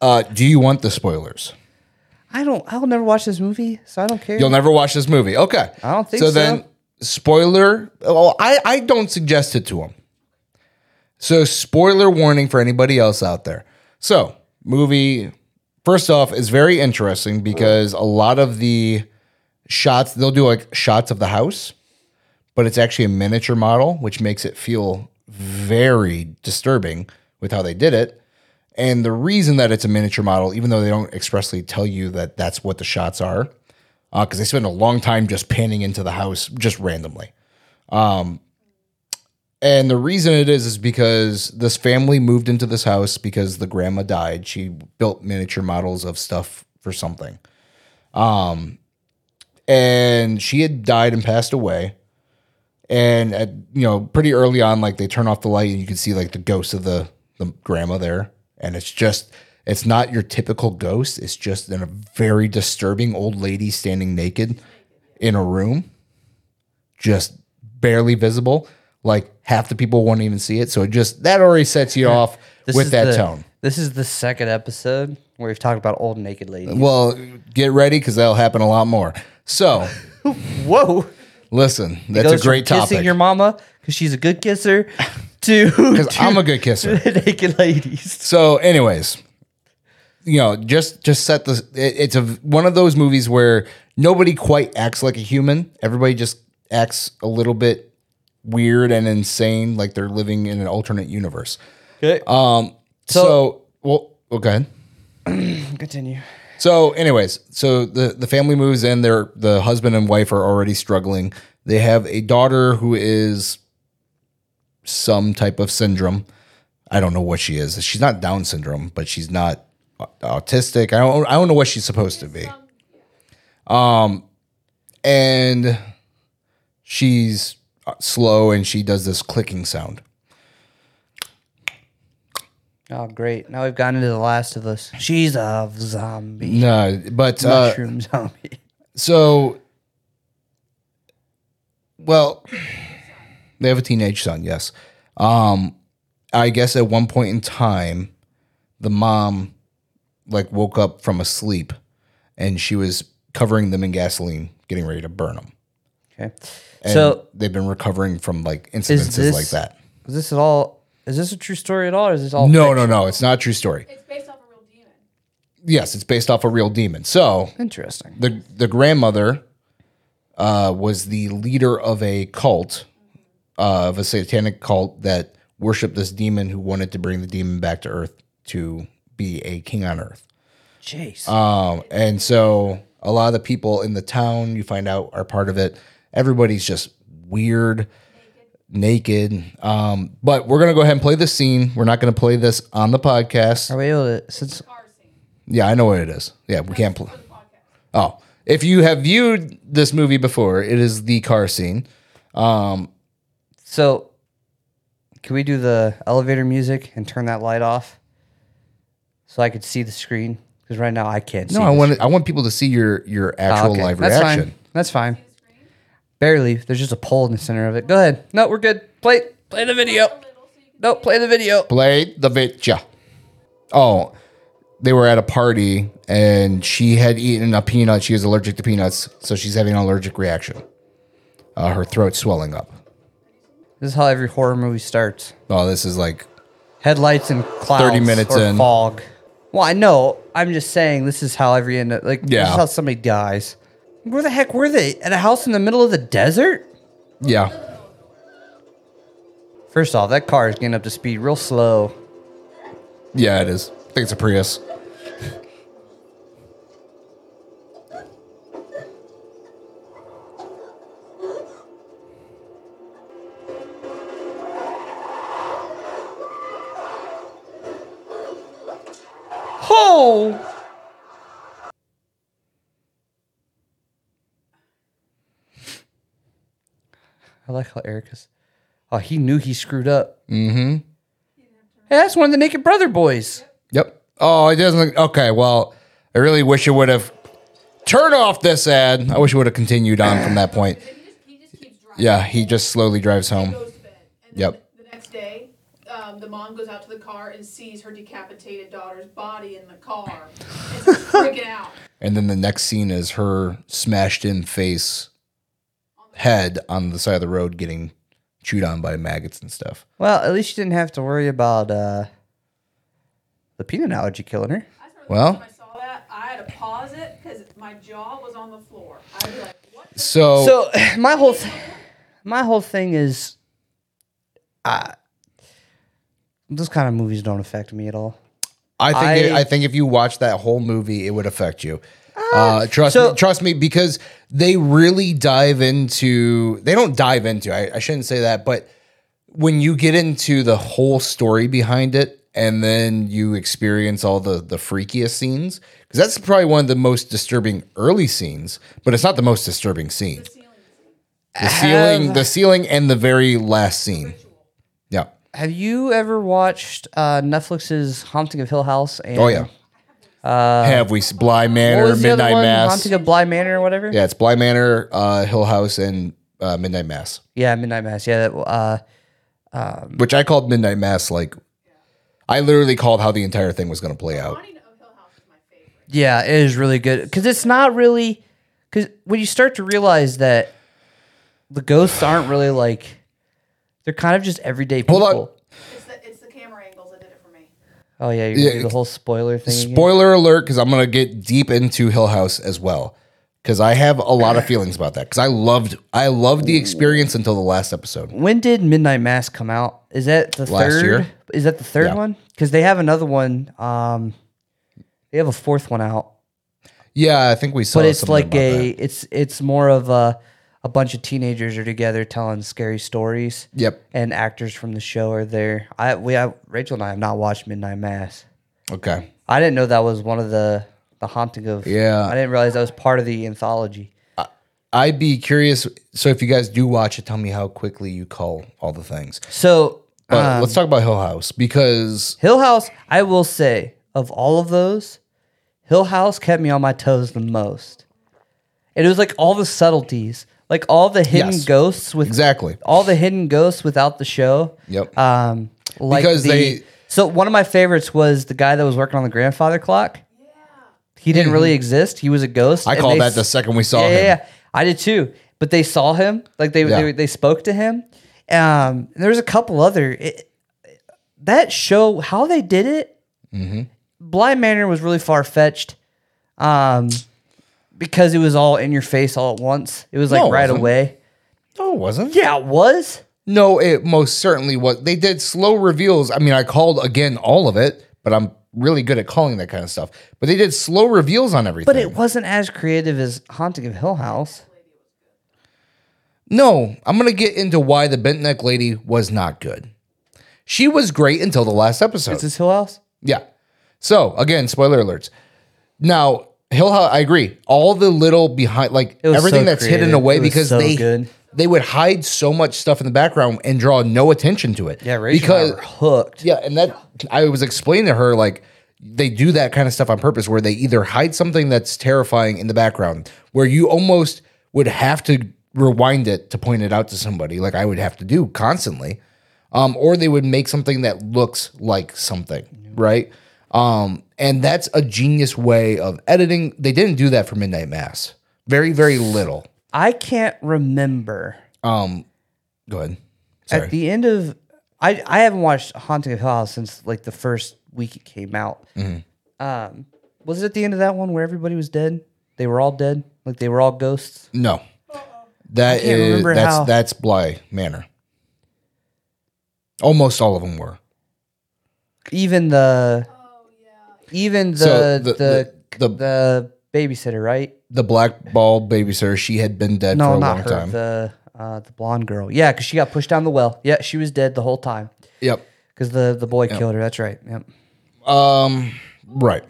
A: uh, do you want the spoilers?
C: I don't, I'll never watch this movie, so I don't care.
A: You'll never watch this movie. Okay.
C: I don't think so.
A: then, spoiler. Well, I, I don't suggest it to him. So, spoiler warning for anybody else out there. So, movie, first off, is very interesting because a lot of the shots, they'll do like shots of the house, but it's actually a miniature model, which makes it feel very disturbing with how they did it. And the reason that it's a miniature model, even though they don't expressly tell you that that's what the shots are, because Uh, they spend a long time just panning into the house just randomly. Um, and the reason it is is because this family moved into this house because the grandma died. She built miniature models of stuff for something. Um, and she had died and passed away. And at, you know, pretty early on, like they turn off the light and you can see like the ghost of the the grandma there. And it's just it's not your typical ghost. It's just in a very disturbing old lady standing naked in a room, just barely visible. Like half the people won't even see it. So it just that already sets you off
C: This
A: with
C: is
A: that
C: the-
A: tone.
C: This is the second episode where we've talked about old naked ladies.
A: Well, get ready because that'll happen a lot more. So
C: Whoa.
A: listen, that's a
C: goes from
A: great topic.
C: Kissing your mama because she's a good kisser to
A: Because I'm a good kisser.
C: naked ladies.
A: So, anyways, you know, just just set the. It, it's a one of those movies where nobody quite acts like a human. Everybody just acts a little bit weird and insane, like they're living in an alternate universe.
C: Okay,
A: Um, So, well, well, go ahead.
C: continue.
A: So, anyways, so the the family moves in. Their the husband and wife are already struggling. They have a daughter who is some type of syndrome. I don't know what she is. She's not Down syndrome, but she's not au- autistic. I don't. I don't know what she's supposed to be. Um, and she's uh, slow, and she does this clicking sound.
C: Oh, great. Now we've gotten into The Last of Us. She's a zombie.
A: No, but uh,
C: Mushroom zombie.
A: So, well, they have a teenage son, yes. Um, I guess at one point in time, the mom like woke up from a sleep and she was covering them in gasoline, getting ready to burn them.
C: Okay.
A: And
C: so
A: they've been recovering from like incidences
C: this-
A: like that.
C: is this at all? Is this a true story at all? Or is this all?
A: No, no,
C: fiction?
A: no, it's not a true story.
E: It's based off a real demon.
A: Yes, it's based off a real demon. So
C: Interesting.
A: the the grandmother uh, was the leader of a cult uh, of a satanic cult that worshipped this demon who wanted to bring the demon back to Earth to be a king on Earth.
C: Jeez.
A: Um, and so a lot of the people in the town you find out are part of it. Everybody's just weird, naked. Um, but we're gonna go ahead and play this scene. We're not gonna play this on the podcast.
C: Are we able to? Since
A: Yeah, I know what it is. Yeah, we can't. Pl- oh, if you have viewed this movie before, it is the car scene.
C: so, can we do the elevator music and turn that light off, so I could see the screen? Because right now I can't. see
A: No, I
C: the
A: want I want people to see your your
C: Ah,
A: actual
C: okay.
A: live
C: That's
A: reaction.
C: Fine. That's fine. Barely. There's just a pole in the center of it. Go ahead. No, we're good. Play play the video. No, play the video.
A: Play the video. Oh, they were at a party and she had eaten a peanut. She was allergic to peanuts, so she's having an allergic reaction. Uh, her throat swelling up.
C: This is how every horror movie starts.
A: Oh, this is like
C: Headlights and clouds.
A: 30 minutes
C: or
A: in.
C: Fog. Well, I know. I'm just saying this is how every end like this
A: Yeah.
C: is how somebody dies. Where the heck were they? At a house in the middle of the desert?
A: yeah.
C: First off, that car is getting up to speed real slow.
A: Yeah, it is. I think it's a Prius.
C: Oh! I like how Erica's. Oh, he knew he screwed up. Mm hmm. Hey, that's one of the Naked Brother boys.
A: Yep. Oh, it doesn't. Okay. Well, I really wish it would have turned off this ad. I wish it would have continued on from that point.
F: He just keeps driving.
A: Yeah, he just slowly drives home.
F: Goes to bed. And then
A: Yep.
F: The next day, um, the mom goes out to the car and sees her decapitated daughter's body in the car. And starts freaking out.
A: And then the next scene is her smashed in face, head on the side of the road getting chewed on by maggots and stuff.
C: Well, at least you didn't have to worry about uh, the peanut allergy killing her.
F: I remember the
A: Well.
F: first time I saw that. I had to pause it because my jaw was on the floor. I was like, "What?" the
A: So,
C: So my whole, th- my whole thing is, I, those kind of movies don't affect me at all.
A: I think I,
C: I-
A: I think if you watch that whole movie, it would affect you. Uh, trust
C: so-
A: me, trust me, because they really dive into. They don't dive into. I, I shouldn't say that, but when you get into the whole story behind it, and then you experience all the the freakiest scenes, because that's probably one of the most disturbing early scenes. But it's not the Um, most disturbing scene. The ceiling, the ceiling, and the very last scene. Yeah.
C: Have you ever watched uh, Netflix's Haunting of Hill House? And,
A: Oh yeah. Have we s- Bly
C: Uh, What
A: Manor,
C: was the other
A: Midnight
C: one?
A: Mass?
C: Haunting of Bly Manor or whatever.
A: Yeah, it's Bly Manor, uh, Hill House, and uh, Midnight Mass,
C: Yeah, Midnight Mass. Yeah, that, uh,
A: which I called Midnight Mass. Like, I literally called how the entire thing was going to play out.
F: Haunting of Hill House is my favorite.
C: yeah, it is really good because it's not really because when you start to realize that the ghosts aren't really like they're kind of just everyday people.
A: Hold on.
F: It's the, it's the camera angles that did it for me.
C: Oh yeah, you're gonna
A: Yeah,
C: do the whole spoiler thing. again?
A: Spoiler alert, because I'm going to get deep into Hill House as well, because I have a lot of feelings about that. Because I loved, I loved the experience until the last episode.
C: When did Midnight Mass come out? Is that the
A: Last
C: third?
A: year.
C: Is that the third
A: Yeah.
C: one? Because they have another one. Um, they have a fourth one out,
A: Yeah, I think we saw.
C: but it's
A: something
C: like
A: about
C: a
A: that.
C: it's it's more of a a a bunch of teenagers are together telling scary stories.
A: Yep.
C: And actors from the show are there. I we have Rachel and I have not watched Midnight Mass.
A: Okay.
C: I didn't know that was one of the the haunting of.
A: Yeah.
C: I didn't realize that was part of the anthology.
A: I'd be curious. So if you guys do watch it, tell me how quickly you call all the things.
C: So
A: But let's
C: Um,
A: talk about Hill House because
C: Hill House, I will say, of all of those, Hill House kept me on my toes the most. It was like all the subtleties, like all the hidden
A: Yes.
C: ghosts with
A: exactly.
C: all the hidden ghosts without the show.
A: Yep.
C: Um, like
A: Because
C: the-
A: they-
C: So one of my favorites was the guy that was working on the grandfather clock. He didn't really exist. He was a ghost.
A: Hmm. I
C: and
A: called
C: they
A: that
C: s-
A: the second we saw
C: yeah,
A: him.
C: Yeah, yeah. I did too. But they saw him, like they
A: Yeah.
C: they, they spoke to him. Um, and there was a couple other it, that show how they did it.
A: Mm-hmm.
C: Blind Manor was really far fetched, um, because it was all in your face all at once. It was like
A: No, it
C: right
A: wasn't.
C: away.
A: No, it wasn't.
C: Yeah, it was.
A: No, it most certainly was. They did slow reveals. I mean, I called again all of it, but I'm really good at calling that kind of stuff. But they did slow reveals on everything.
C: But it wasn't as creative as Haunting of Hill House.
A: No, I'm going to get into why the bent neck lady was not good. She was great until the last episode.
C: Is this Hill House?
A: Yeah. So again, spoiler alerts. Now, Hill House, I agree. All the little behind, like
C: It was
A: everything
C: so
A: that's hidden
C: creative.
A: away,
C: It was
A: because
C: so
A: they
C: good.
A: they would hide so much stuff in the background and draw no attention to it.
C: Yeah, Rachel
A: because
C: because were hooked.
A: yeah, and that I was explaining to her like they do that kind of stuff on purpose, where they either hide something that's terrifying in the background, where you almost would have to rewind it to point it out to somebody, like I would have to do constantly, um, or they would make something that looks like something, right? Um, and that's a genius way of editing. They didn't do that for Midnight Mass. Very, very little.
C: I can't remember
A: Um, go ahead. Sorry.
C: at the end of I I haven't watched Haunting of Hill House since like the first week it came out.
A: Mm-hmm.
C: Um, was it at the end of that one where everybody was dead? They were all dead, like they were all ghosts.
A: No. That
C: can't
A: is
C: remember
A: that's
C: how-
A: that's Bly Manor. Almost all of them were.
C: Even the, even the
A: So
C: the,
A: the-
C: the,
A: the-
C: babysitter, right?
A: The black ball babysitter, she had been dead for
C: No,
A: a
C: not
A: long
C: her.
A: time.
C: The uh, the blonde girl. Yeah, because she got pushed down the well. Yeah, she was dead the whole time
A: Yep.
C: because the the boy killed her. That's right. Yep.
A: Um right.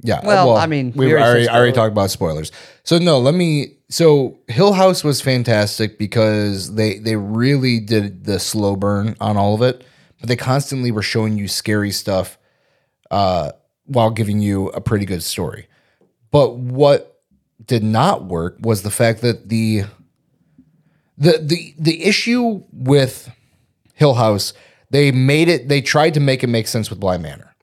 A: Yeah. uh,
C: Well, I mean,
A: we,
C: we already
A: already,
C: said
A: I already
C: spoiler.
A: talked about spoilers. So no, let me so Hill House was fantastic because they they really did the slow burn on all of it, but they constantly were showing you scary stuff uh while giving you a pretty good story. But what did not work was the fact that the the the the issue with Hill House, they made it they tried to make it make sense with Bly Manor.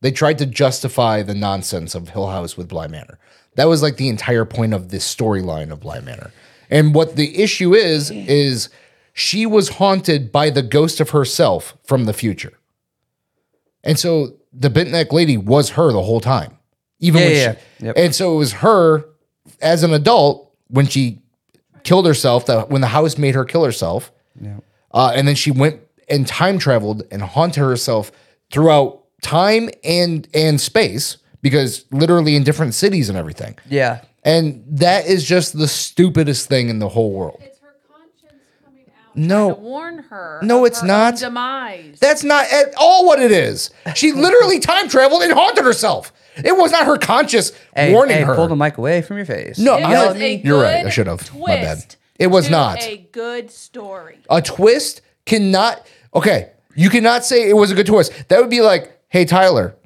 A: They tried to justify the nonsense of Hill House with Bly Manor. That was like the entire point of the storyline of Bly Manor. And what the issue is is she was haunted by the ghost of herself from the future. And so the bent neck lady was her the whole time. Even
C: Yeah,
A: when
C: yeah,
A: she,
C: yeah. Yep.
A: and so it was her as an adult when she killed herself that when the house made her kill herself. Uh, and then she went and time traveled and haunted herself throughout time and and space because literally in different cities and everything.
C: Yeah.
A: And that is just the stupidest thing in the whole world.
F: It's her conscience coming out.
A: No.
F: To warn her.
A: No,
F: of
A: it's
F: her own
A: not.
F: Demise.
A: That's not at all what it is. She literally time traveled and haunted herself. It was not her conscious
C: Hey,
A: warning
C: hey,
A: her.
C: pull the mic away from your face.
A: No,
F: It
A: I'm
F: was
A: not-
F: a
A: you're right. I
F: good
A: should have. My bad.
F: twist
A: It was
F: to
A: not.
F: a good story.
A: A twist cannot. Okay, you cannot say it was a good twist. That would be like, hey Tyler,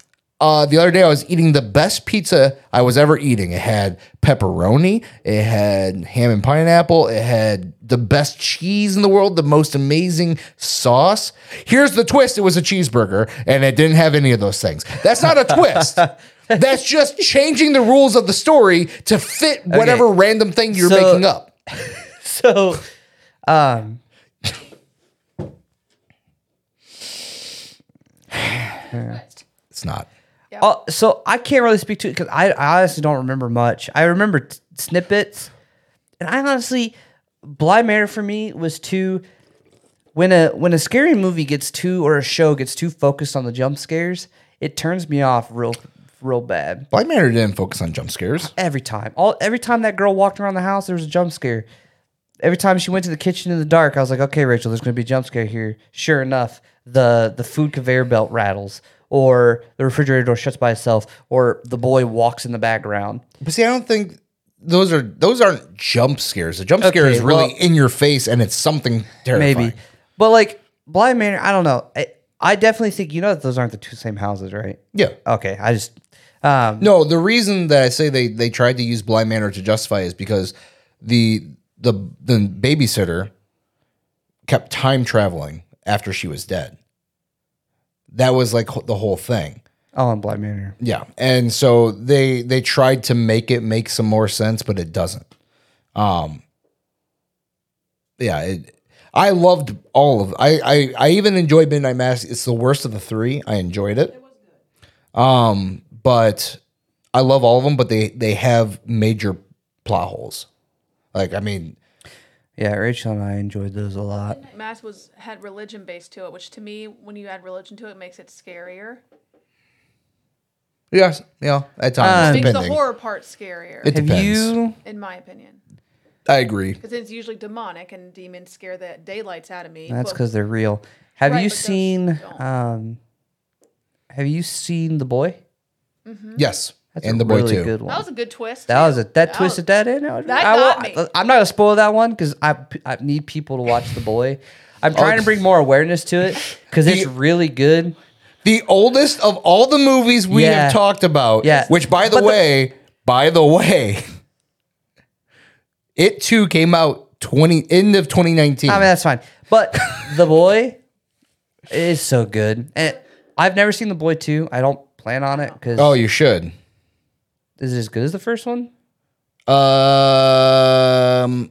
A: uh, the other day I was eating the best pizza I was ever eating. It had pepperoni, it had ham and pineapple, it had the best cheese in the world, the most amazing sauce. Here's the twist: it was a cheeseburger, and it didn't have any of those things. That's not a twist. That's just changing the rules of the story to fit whatever random thing you're
C: So-
A: making up.
C: So, uh, um,
A: It's not.
C: Uh, so I can't really speak to it because I, I honestly don't remember much. I remember t- snippets, and I honestly, Blind Manor for me was too. When a when a scary movie gets too or a show gets too focused on the jump scares, it turns me off real real bad.
A: Black Manor didn't focus on jump scares.
C: Every time, all every time that girl walked around the house, there was a jump scare. Every time she went to the kitchen in the dark, I was like, okay, Rachel, there's going to be a jump scare here. Sure enough, the, the food conveyor belt rattles, or the refrigerator door shuts by itself, or the boy walks in the background.
A: But see, I don't think those are those aren't jump scares. The jump scare
C: Okay,
A: is really
C: well-
A: in your face and it's something terrifying.
C: Maybe. But like, Blind Manor, I don't know. I, I definitely think, you know, that those aren't the two same houses, right?
A: Yeah.
C: Okay. I just, um,
A: No, the reason that I say they they tried to use Blind Manor to justify is because the the the babysitter kept time traveling after she was dead. That was like the whole thing.
C: oh, I'm Blind Manor.
A: Yeah, and so they they tried to make it make some more sense, but it doesn't. Um, yeah, it, I loved all of. I, I I even enjoyed Midnight Mass. It's the worst of the three. I enjoyed it. Um, but I love all of them, but they they have major plot holes. Like I mean,
C: Yeah, Rachel and I enjoyed those a lot.
E: Mass was had religion based to it, which to me, when you add religion to it, makes it scarier.
A: yes, yeah, at times
E: Makes the
A: depending.
E: horror part scarier,
A: It depends.
C: Uh, Have you?
E: in my opinion,
A: I agree.
E: because it's usually demonic and demons scare the daylights out of me.
C: That's
E: but-
C: because they're real. Have
E: Right,
C: you
E: but those
C: seen?
E: don't.
C: Um, have you seen the boy?
A: Yes,
C: That's
A: and
C: a
A: the boy
C: really
A: too.
C: good one.
E: that was a good twist.
C: That was a that
E: That
C: twisted that in. I,
E: that
C: I,
E: got
C: will-
E: me.
C: I'm not gonna spoil that one because I I need people to watch the boy. I'm trying to bring more awareness to it because it's
A: Oh, The-
C: really good.
A: The oldest of all the movies we
C: Yeah.
A: have talked about.
C: Yeah.
A: Which, by the
C: But the-
A: way, by the way, it too came out twenty end of twenty nineteen.
C: I mean that's fine, but the boy is so good, and I've never seen the boy too. I don't plan on it because
A: oh, you should.
C: is it as good as the first one?
A: Um.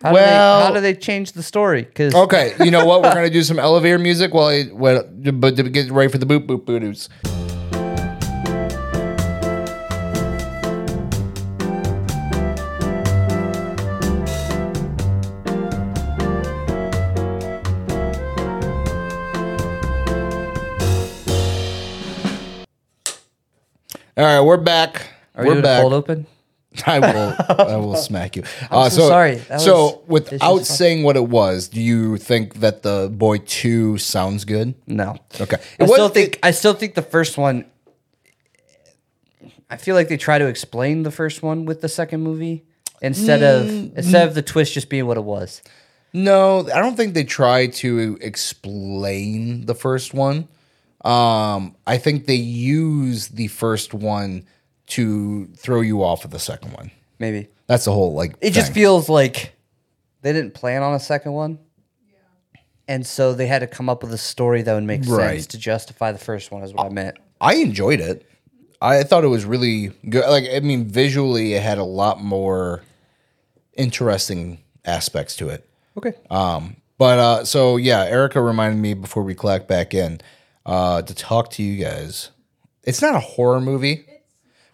C: How do they,
A: Well- Oh,
C: how do they change the story? Because
A: Okay. You know what? We're gonna do some elevator music while I well, but to get ready for the boop boop boodoos. All right, we're back.
C: are
A: we're
C: you
A: back.
C: cold open?
A: I will. I will smack you. Uh,
C: so sorry. That
A: so,
C: was
A: without
C: disrespectful.
A: saying what it was, do you think that the boy two sounds good?
C: No.
A: Okay.
C: I
A: It
C: still
A: was-
C: think I still think the first one. I feel like they try to explain the first one with the second movie instead
A: Mm,
C: of instead of the twist just being what it was.
A: No, I don't think they try to explain the first one. Um, I think they use the first one to throw you off of the second one.
C: Maybe
A: That's the whole like.
C: it just
A: thing.
C: feels like they didn't plan on a second one, and so they had to come up with a story that would make
A: Right. Oh.
C: sense to justify the first one. Is what I meant.
A: I enjoyed it. I thought it was really good. Like, I mean, visually, it had a lot more interesting aspects to it.
C: Okay.
A: But uh, so yeah, Erica reminded me before we clack back in uh, to talk to you guys. It's not a horror movie.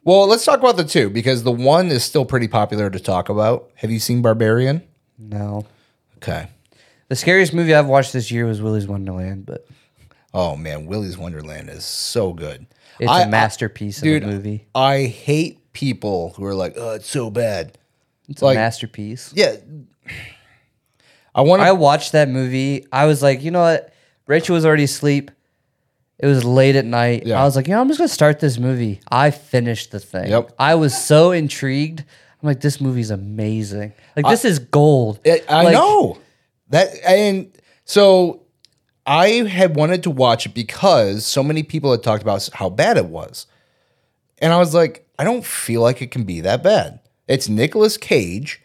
A: Well, let's talk about the two because the one is still pretty popular to talk about. Have you seen Barbarian?
C: no,
A: Okay.
C: the scariest movie I've watched this year was Willy's Wonderland, but
A: Oh man, Willy's Wonderland is so good.
C: it's
A: I-
C: a masterpiece
A: dude,
C: of a movie.
A: I hate people who are like, "Oh, it's so bad."
C: It's
A: like-
C: a masterpiece.
A: Yeah. I want
C: I
A: to.
C: watched that movie. I was like, you know what? Rachel was already asleep. It was late at night.
A: Yeah.
C: I was like, you know, I'm just gonna start this movie. I finished the thing.
A: Yep.
C: I was so intrigued. I'm like, this movie's amazing. Like this is gold.
A: I, I
C: Like,
A: know that, and so I had wanted to watch it because so many people had talked about how bad it was, and I was like, I don't feel like it can be that bad. It's Nicolas Cage,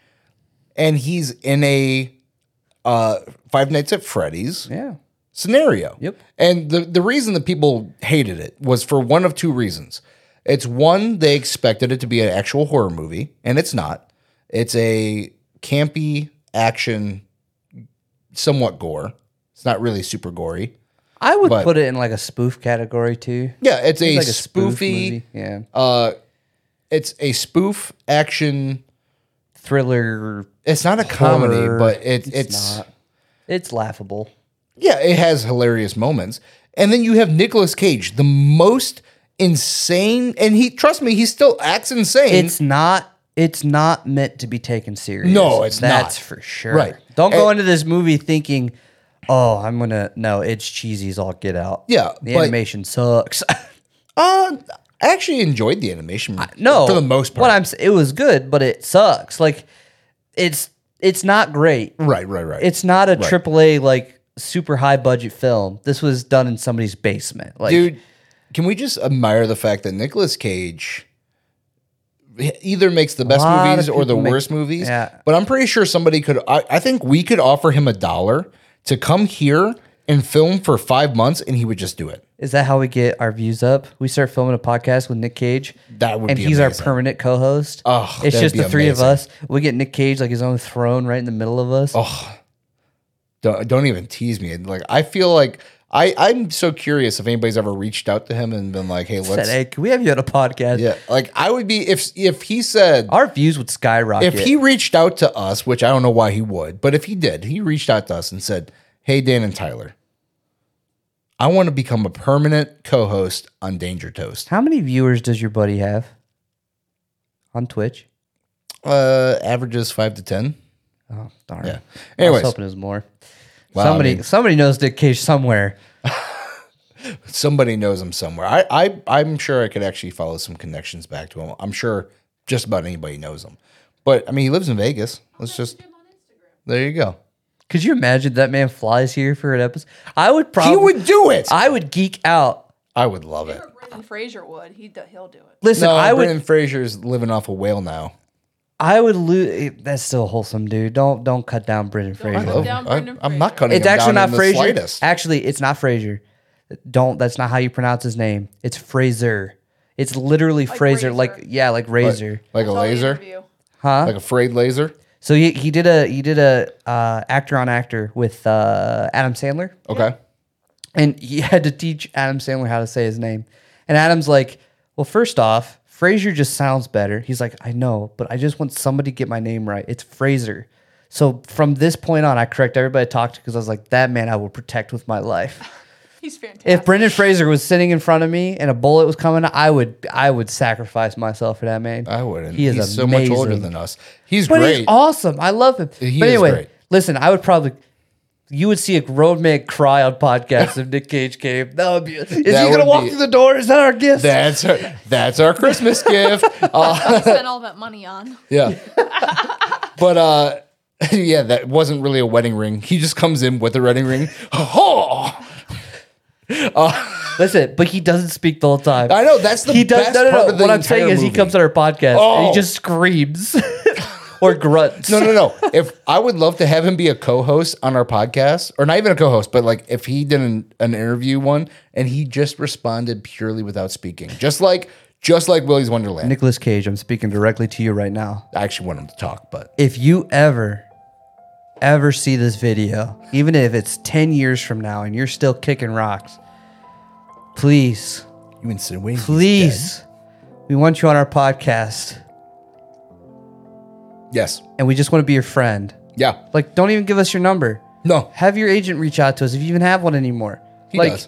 A: and he's in a uh, Five Nights at Freddy's
C: Yeah.
A: scenario.
C: Yep.
A: And the, the reason that people hated it was for one of two reasons. It's one, they expected it to be an actual horror movie, and it's not. It's a campy action, somewhat gore. It's not really super gory.
C: I would
A: But-
C: put it in like a spoof category too.
A: Yeah, it's a,
C: It's like
A: spoofy.
C: spoof movie. yeah,
A: uh, it's a spoof action.
C: thriller.
A: It's not a comedy,
C: horror.
A: but it, it's,
C: not. It's laughable.
A: Yeah, it has hilarious moments. And then you have Nicolas Cage, the most insane and he trust me, he still acts insane.
C: It's not it's not meant to be taken serious.
A: No, it's not.
C: That's for sure.
A: Right.
C: Don't go
A: And-
C: into this movie thinking, oh, I'm gonna no, it's cheesy as all get out.
A: Yeah,
C: The
A: but-
C: animation sucks.
A: Uh, I actually enjoyed the animation.
C: no,
A: for the most part.
C: What I'm s- it was good, but it sucks. Like it's it's not great.
A: right, right, right.
C: It's not a triple A like super high budget film. This was done in somebody's basement. Like
A: dude. Can we just admire the fact that Nicolas Cage either makes the best
C: lot of
A: movies or the
C: people make-
A: worst movies?
C: Yeah.
A: But I'm pretty sure somebody could. I, I think we could offer him a dollar to come here and film for five months, and he would just do it.
C: Is that how we get our views up? We start filming a podcast with Nick Cage.
A: That would
C: and
A: be
C: he's
A: amazing.
C: our permanent co-host.
A: Oh,
C: it's
A: that'd
C: just
A: be
C: the three of
A: amazing.
C: us. We get Nick Cage like his own throne right in the middle of us. Oh,
A: Don't, don't even tease me. Like I feel like I I'm so curious if anybody's ever reached out to him and been like, hey,
C: said,
A: let's.
C: hey, can we have you on a podcast?
A: Yeah, like I would be if if he said
C: Our views would skyrocket.
A: if he reached out to us, which I don't know why he would, but if he did, he reached out to us and said, "Hey, Dan and Tyler, I want to become a permanent co-host on Danger Toast."
C: how many viewers does your buddy have on Twitch?
A: Uh, averages five to ten.
C: Oh, darn.
A: Yeah.
C: I was
A: Anyways,
C: hoping it was more.
A: Wow, I
C: somebody,
A: mean-
C: somebody knows Nick Cage somewhere.
A: somebody knows him somewhere. I, I I'm sure I could actually follow some connections back to him. I'm sure just about anybody knows him. But I mean, he lives in Vegas. Let's just there you go.
C: Could you imagine that man flies here for an episode? I would probably.
A: He would do it. I,
C: Um, I would geek out.
A: would love it.
E: Brendan Fraser would. He do, he'll do it.
C: Listen,
A: no,
C: I would.
A: Brendan Fraser's living off a whale now.
C: I would lose. That's still wholesome, dude. Don't don't cut down Brendan
E: I
C: Fraser.
E: love down
A: Oh, I-
E: Brendan
A: I'm not
E: Fraser.
A: cutting.
C: It's
A: him
C: actually
A: down
C: not
A: in the
C: Fraser.
A: slightest.
C: Actually, it's not Fraser. Don't. That's not how you pronounce his name. It's Fraser. It's literally Fraser.
E: razor.
C: Like yeah, like razor,
A: Like a
E: Saw the
A: laser,
E: interview.
C: huh?
A: like a frayed laser.
C: so he, he did a he did a uh, actor on actor with uh, Adam Sandler,
A: Okay.
C: and he had to teach Adam Sandler how to say his name. And Adam's like, well, first off, Fraser just sounds better. He's like, I know, but I just want somebody to get my name right. It's Fraser. So from this point on, I correct everybody I talked to because I was like, that man I will protect with my life.
E: He's fantastic.
C: If Brendan Fraser was sitting in front of me and a bullet was coming, I would I would sacrifice myself for that man.
A: I wouldn't.
C: He is
A: he's so
C: amazing.
A: much older than us. He's
C: But
A: great.
C: he's awesome. I love him.
A: He
C: but
A: is
C: anyway,
A: great.
C: listen, I would probably you would see a grown man cry on podcasts if Nick Cage came. That would be. Is he
A: would
C: gonna walk
A: be-
C: through the door? Is that our gift?
A: that's our, that's our Christmas gift. Uh,
D: I spent all that money on.
A: yeah. But uh, yeah, that wasn't really a wedding ring. He just comes in with a wedding ring. Oh,
C: listen, but he doesn't speak the whole time.
A: I know that's the
C: he does.
A: best
C: No, no,
A: part
C: no.
A: of the
C: What I'm
A: entire
C: saying is he
A: movie.
C: comes on our podcast and
A: Oh.
C: he just screams or grunts.
A: No, no, no. if I would love to have him be a co-host on our podcast, or not even a co-host, but like if he did an, an interview one and he just responded purely without speaking, just like just like Willy's Wonderland.
C: Nicholas Cage, I'm speaking directly to you right now.
A: I actually want him to talk, but
C: if you ever ever see this video even if it's 10 years from now and you're still kicking rocks please
A: you insinuate he's
C: please we want you on our podcast
A: dead? Yes.
C: and we just want to be your friend
A: Yeah.
C: like don't even give us your number
A: No.
C: have your agent reach out to us if you even have one anymore
A: He
C: like
A: does.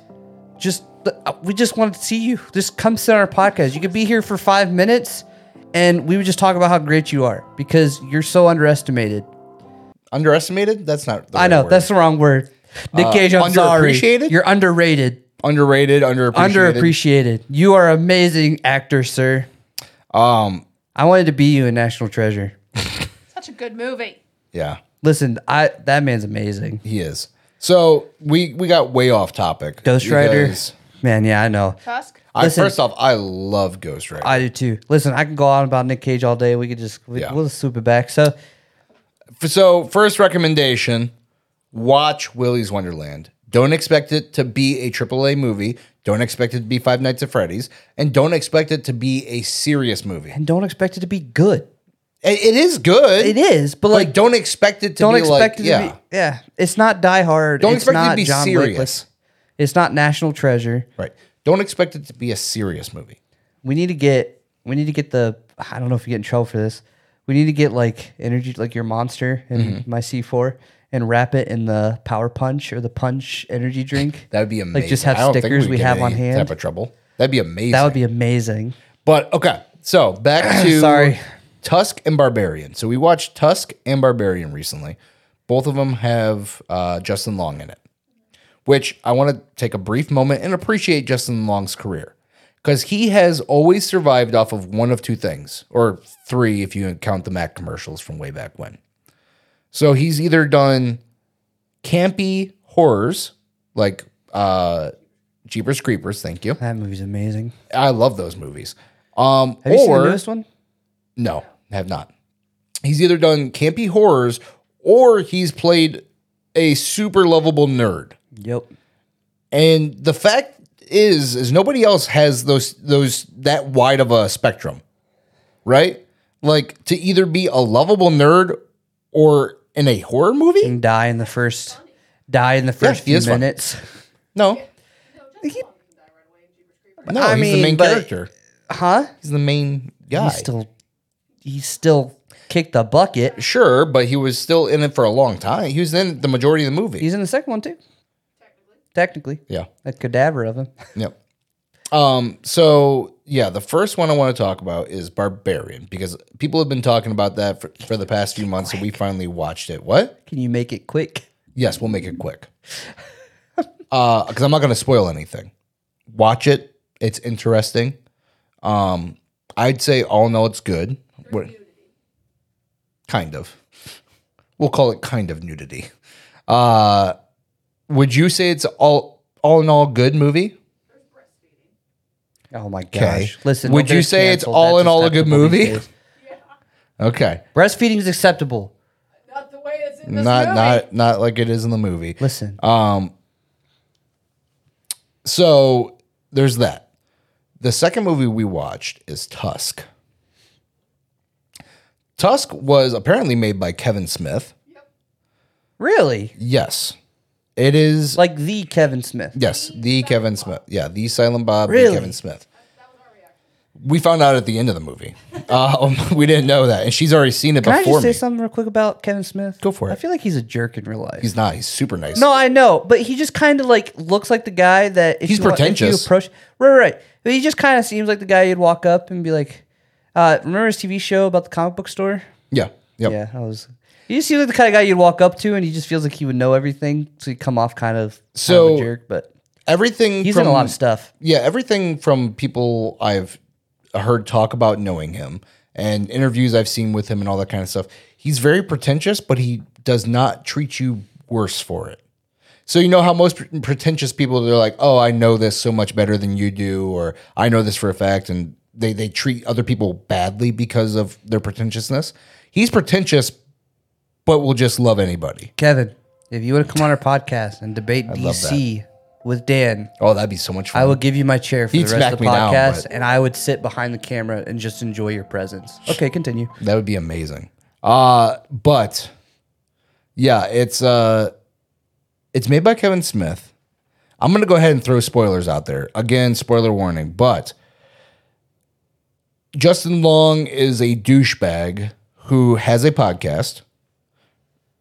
C: just uh, we just want to see you just come sit on our podcast you could be here for five minutes and we would just talk about how great you are because you're so underestimated
A: Underestimated? That's not. The
C: I
A: right
C: know
A: word. Uh,
C: that's the wrong word. Nick Cage, I'm sorry.
A: underappreciated?
C: You're underrated,
A: underrated. Underappreciated.
C: underappreciated. You are an amazing actor, sir.
A: Um.
C: I wanted to be you in National Treasure.
E: Such a good movie.
A: Yeah.
C: Listen, I that man's amazing.
A: He is. So we we got way off topic.
C: Ghost Rider,
A: because
C: man. Yeah, I know.
E: Tusk.
A: I,
C: Listen.
A: first off, I love Ghost Rider.
C: I do too. Listen, I can go on about Nick Cage all day. We could just we,
A: Yeah.
C: we'll just swoop it back. So
A: So, first recommendation watch Willy's Wonderland. Don't expect it to be a AAA movie. Don't expect it to be Five Nights at Freddy's. And don't expect it to be a serious movie.
C: and don't expect it to be good.
A: It- it is good.
C: It is, but
A: Like,
C: like
A: don't expect it to
C: don't
A: be like,
C: expect it to
A: yeah.
C: be yeah. It's not Die Hard.
A: Don't
C: it's
A: expect it to
C: not
A: be
C: John
A: serious.
C: Blacklist. It's not National Treasure.
A: Right. Don't expect it to be a serious movie.
C: we need to get we need to get the I don't know if you get in trouble for this. We need to get like energy like your monster and
A: Mm-hmm.
C: my C four and wrap it in the power punch or the punch energy drink.
A: That would be amazing.
C: just have
A: I don't think
C: stickers
A: would
C: we
A: get
C: have on
A: any
C: hand.
A: Type of trouble. That'd be amazing.
C: that would be amazing.
A: But okay, so back to
C: Sorry.
A: Tusk and Barbarian. So we watched Tusk and Barbarian recently. Both of them have uh, Justin Long in it, which I want to take a brief moment and appreciate Justin Long's career because he has always survived off of one of two things, or three if you count the Mac commercials from way back when. So he's either done campy horrors like uh, Jeepers Creepers, thank you.
C: That movie's amazing.
A: I love those movies. Um, or
C: Have you seen the newest one?
A: no, have not. He's either done campy horrors or he's played a super lovable nerd.
C: Yep.
A: And the fact is, is nobody else has those those that wide of a spectrum, right? Like to either be a lovable nerd or in a horror movie.
C: And die in the first, die in the
A: he
C: first
A: is
C: few
A: funny.
C: minutes.
A: No, no,
C: I
A: he's the
C: mean,
A: main
C: but-
A: character.
C: Huh?
A: He's the main guy.
C: He still, he still kicked the bucket.
A: sure, but he was still in it for a long time. He was in the majority of the movie.
C: He's in the second one too. Technically,
A: yeah.
C: that cadaver of him.
A: Yep. Um, so yeah, the first one I want to talk about is Barbarian because people have been talking about that for, for the past few months, and we finally watched it. What?
C: Can you make it quick?
A: Yes, we'll make it quick. Uh, because I'm not going to spoil anything. Watch it; it's interesting. Um, I'd say all know it's good. What- Kind of. We'll call it kind of nudity. Uh, would you say it's all all in all good movie?
C: Oh my
A: Okay.
C: gosh! Listen,
A: Would
C: don't
A: you
C: get us
A: say it's
C: canceled.
A: all
C: That's
A: in all a good
C: acceptable these
A: movie?
C: days.
A: Okay.
C: Breastfeeding is acceptable.
F: Not the way it's in this
A: not
F: movie.
A: not not like it is in the movie.
C: Listen,
A: Um so there's that. The second movie we watched is Tusk. Tusk was apparently made by Kevin Smith.
C: really,
A: Yes. It is
C: like the Kevin Smith.
A: Yes, the Kevin Smith. Yeah, the Silent Bob, the
C: Really?
A: Kevin Smith. We found out at the end of the movie. Um, we didn't know that, and she's already seen it
C: Can I
A: before
C: just say
A: me.
C: something real quick about Kevin Smith?
A: Go for it.
C: I feel like he's a jerk in real life.
A: He's not. He's super nice.
C: no, I know, but he just kind of like looks like the guy that if
A: He's
C: you, wa- if you
A: pretentious.
C: approach, right, right, right. But he just kind of seems like the guy you'd walk up and be like, uh, "Remember his TV show about the comic book store?"
A: Yeah. Yep.
C: Yeah, I was. He just seems like the kind of guy you'd walk up to, and he just feels like he would know everything, so you come off kind of kind of
A: So-
C: a jerk. But
A: Everything.
C: he's
A: from,
C: in a lot of stuff.
A: Yeah, everything from people I've heard talk about knowing him and interviews I've seen with him and all that kind of stuff. He's very pretentious, but he does not treat you worse for it. So you know how most pre- pretentious people they're like, "Oh, I know this so much better than you do," or "I know this for a fact," and they they treat other people badly because of their pretentiousness. He's pretentious, but will just love anybody.
C: Kevin, if you would come on our podcast and debate
A: love
C: DC with Dan,
A: Oh, that'd be so much fun.
C: I would give you my chair for
A: He'd
C: the rest
A: smack
C: of the
A: me down,
C: podcast,
A: but-
C: and I would sit behind the camera and just enjoy your presence. Okay, continue.
A: That would be amazing. Uh, but yeah, it's uh, it's made by Kevin Smith. I'm gonna go ahead and throw spoilers out there again. Spoiler warning, but Justin Long is a douchebag who has a podcast.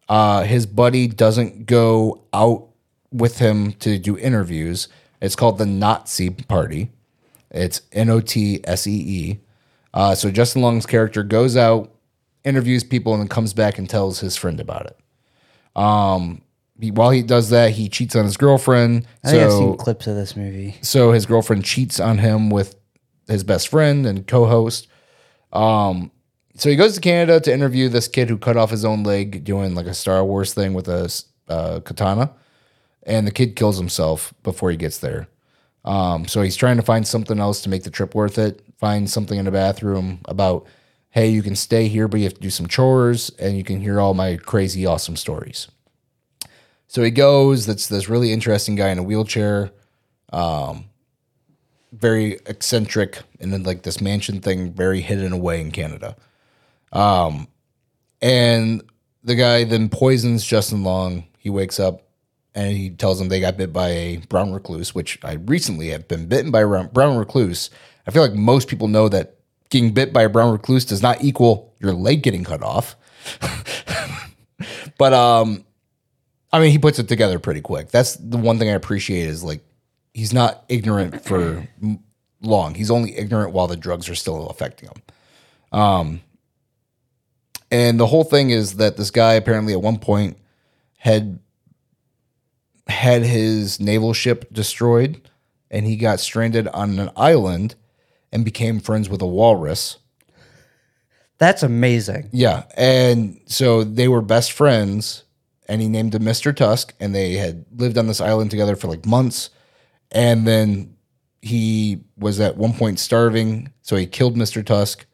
A: Uh, his buddy doesn't go out with him to do interviews. It's called the Nazi Party. It's N O T S E E. Uh, so Justin Long's character goes out, interviews people, and then comes back and tells his friend about it. Um, he- while he does that, he cheats on his girlfriend.
C: I think I've
A: so
C: seen clips of this movie.
A: so his girlfriend cheats on him with his best friend and co-host. Um, so he goes to Canada to interview this kid who cut off his own leg doing like a Star Wars thing with a s- uh, katana, and the kid kills himself before he gets there. Um, so he's trying to find something else to make the trip worth it. Find something in the bathroom about, hey, you can stay here, but you have to do some chores, and you can hear all my crazy awesome stories. So he goes. That's this really interesting guy in a wheelchair very eccentric and then like this mansion thing very hidden away in Canada. Um and the guy then poisons Justin Long. He wakes up and he tells him they got bit by a brown recluse, which I recently have been bitten by a brown- brown recluse. I feel like most people know that getting bit by a brown recluse does not equal your leg getting cut off. but um I mean, he puts it together pretty quick. That's the one thing I appreciate is like he's not ignorant for m- long. He's only ignorant while the drugs are still affecting him. Um, And the whole thing is that this guy apparently at one point had had his naval ship destroyed and he got stranded on an island and became friends with a walrus.
C: That's amazing.
A: Yeah. And so they were best friends and he named him Mr. Tusk and they had lived on this island together for like months. And then he was at one point starving. So he killed Mr. Tusk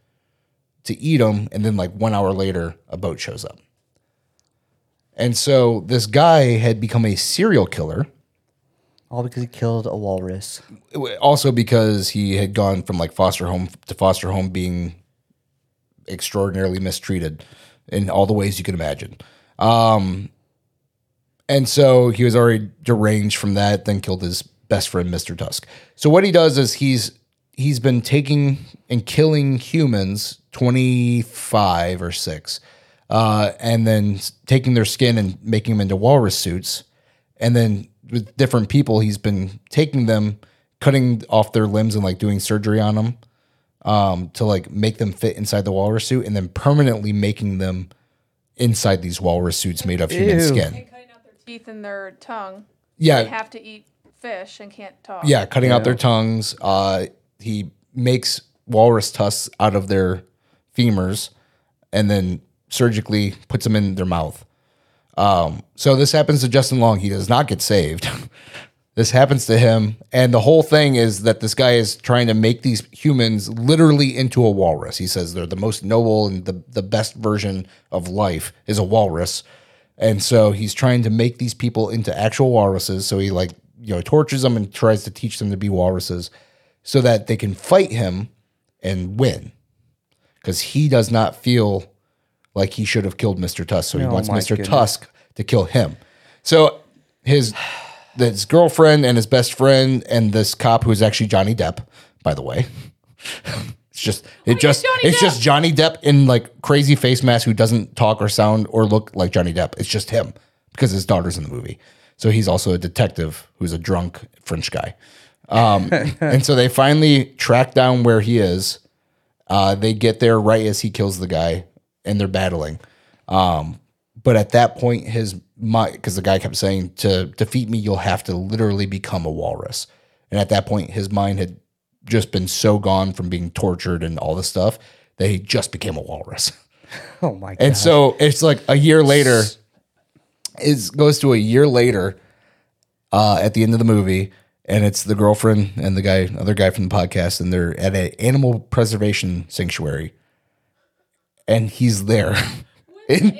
A: to eat him. And then like one hour later, a boat shows up. And so this guy had become a serial killer.
C: All because he killed a walrus.
A: Also because he had gone from like foster home to foster home being extraordinarily mistreated in all the ways you can imagine. Um, and so he was already deranged from that, then killed his best friend, Mr. Tusk. So what he does is he's he's been taking and killing humans 25 or 6 uh, and then s- taking their skin and making them into walrus suits and then with different people he's been taking them cutting off their limbs and like doing surgery on them um, to like make them fit inside the walrus suit and then permanently making them inside these walrus suits made of human
C: Ew.
A: skin.
F: And cutting out their teeth and their tongue. They
A: Yeah,
F: have to eat fish and can't talk.
A: yeah, cutting out their tongues. Uh, he makes walrus tusks out of their femurs and then surgically puts them in their mouth. Um, so this happens to Justin Long. He does not get saved. this happens to him. And the whole thing is that this guy is trying to make these humans literally into a walrus. He says they're the most noble and the, the best version of life is a walrus. And so he's trying to make these people into actual walruses. So he like, you know, tortures them and tries to teach them to be walruses so that they can fight him and win. Because he does not feel like he should have killed Mr. Tusk. So he
C: Oh
A: wants
C: my
A: Mr.
C: goodness.
A: Tusk to kill him. So his his girlfriend and his best friend and this cop who's actually Johnny Depp, by the way. it's just it just
E: Johnny
A: it's just Johnny Depp in like crazy face mask who doesn't talk or sound or look like Johnny Depp. It's just him because his daughter's in the movie. So he's also a detective who's a drunk French guy. Um, and so they finally track down where he is. Uh, they get there right as he kills the guy, and they're battling. Um, but at that point, his mind, because the guy kept saying, "To defeat me, you'll have to literally become a walrus." And at that point, his mind had just been so gone from being tortured and all this stuff that he just became a walrus.
C: Oh my god.
A: And so it's like a year later, it goes to a year later uh, at the end of the movie, and it's the girlfriend and the guy, other guy from the podcast, and they're at an animal preservation sanctuary, and he's there. In-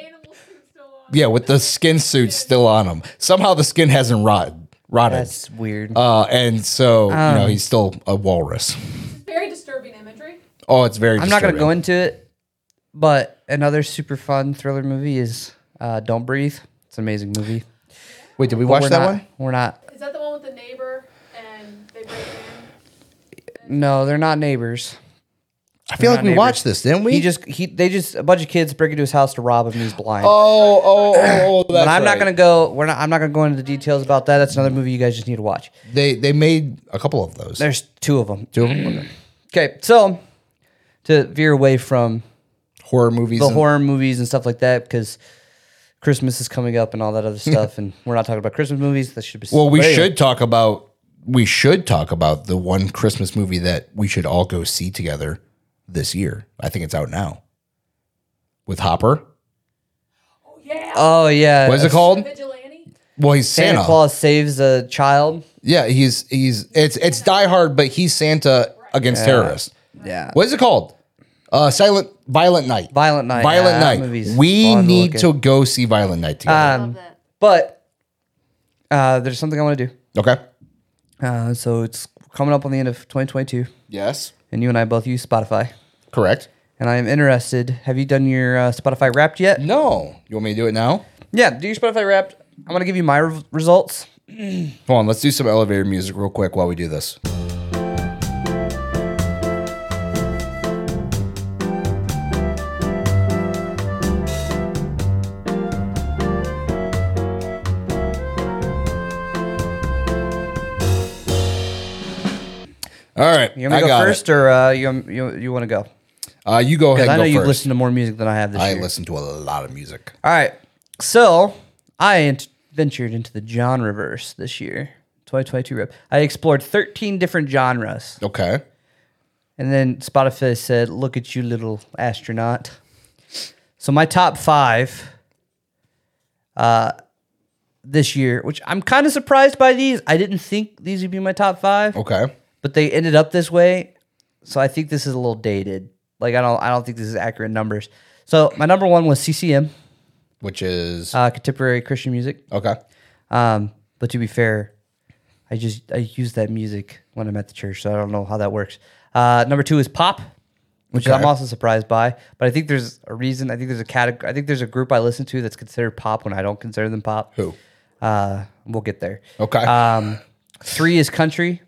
A: yeah, with the skin suits still on him. Somehow the skin hasn't rotted. rotted.
C: That's weird.
A: Uh, and so you
C: Um.
A: know he's still a walrus.
F: It's very disturbing imagery.
A: Oh, it's very.
C: I'm not gonna
A: disturbing.
C: go into it, but another super fun thriller movie is uh, Don't Breathe. It's an amazing movie.
A: Wait, did we
C: But
A: watch
C: we're
A: that
C: not-
A: one?
C: We're not.
F: Is that the one with the neighbor and they break in?
C: No, they're not neighbors.
A: I feel
C: We're
A: like
C: not
A: we watched this, didn't we?
C: He just he they just a bunch of kids break into his house to rob him. and He's blind.
A: Oh, oh, oh, oh that's
C: but I'm not
A: right.
C: gonna go. We're not. I'm not gonna go into the details about that. That's another movie you guys just need to watch.
A: They they made a couple of those.
C: There's two of them.
A: Two of them? Okay.
C: Okay, so to veer away from
A: horror movies.
C: the
A: and-
C: horror movies and stuff like that, because Christmas is coming up and all that other stuff, and we're not talking about Christmas movies. That should be
A: Well, we should talk about we should talk about the one Christmas movie that we should all go see together this year. I think it's out now. With Hopper,
C: Oh yeah,
A: what is it called?
F: Vigilante?
A: Well, he's
C: Santa
A: Santa.
C: Claus saves a child.
A: Yeah, he's he's it's it's Die Hard, but he's Santa against terrorists.
C: Yeah.
A: What is it called? Uh, Silent Violent Night.
C: Violent Night.
A: Violent
C: Yeah, that movie's
A: Night. We
C: fun
A: need
C: looking.
A: to go see Violent Night together.
C: Um, but uh, there's something I want to do.
A: okay.
C: Uh, so it's coming up on the end of 2022,
A: Yes.
C: and you and I both use Spotify.
A: Correct.
C: And I am interested. Have you done your uh, Spotify Wrapped yet?
A: No. You want me to do it now?
C: Yeah, do your Spotify Wrapped. I'm gonna give you my re- results.
A: Hold on, let's do some elevator music real quick while we do this. All right,
C: You want
A: I
C: me to go
A: got
C: first,
A: it.
C: or uh, you you, you want to go?
A: Uh, you go ahead
C: I
A: and
C: know
A: go
C: you've
A: first.
C: listened to more music than I have this
A: I
C: year.
A: listen to a lot of music.
C: All right. So I ent- ventured into the genre verse this year, 2022 rep. I explored 13 different genres.
A: Okay.
C: And then Spotify said, Look at you, little astronaut. So my top five uh, this year, which I'm kind of surprised by these. I didn't think these would be my top five,
A: Okay.
C: but they ended up this way. So I think this is a little dated. Like I don't, I don't think this is accurate numbers. So my number one was CCM,
A: Which is
C: uh, contemporary Christian music.
A: okay.
C: Um, but to be fair, I just I use that music when I'm at the church, so I don't know how that works. Uh, number two is pop, which
A: Okay.
C: I'm also surprised by, but I think there's a reason. I think there's a category. I think there's a group I listen to that's considered pop when I don't consider them pop.
A: Who?
C: Uh, we'll get there.
A: Okay.
C: Um, three is country.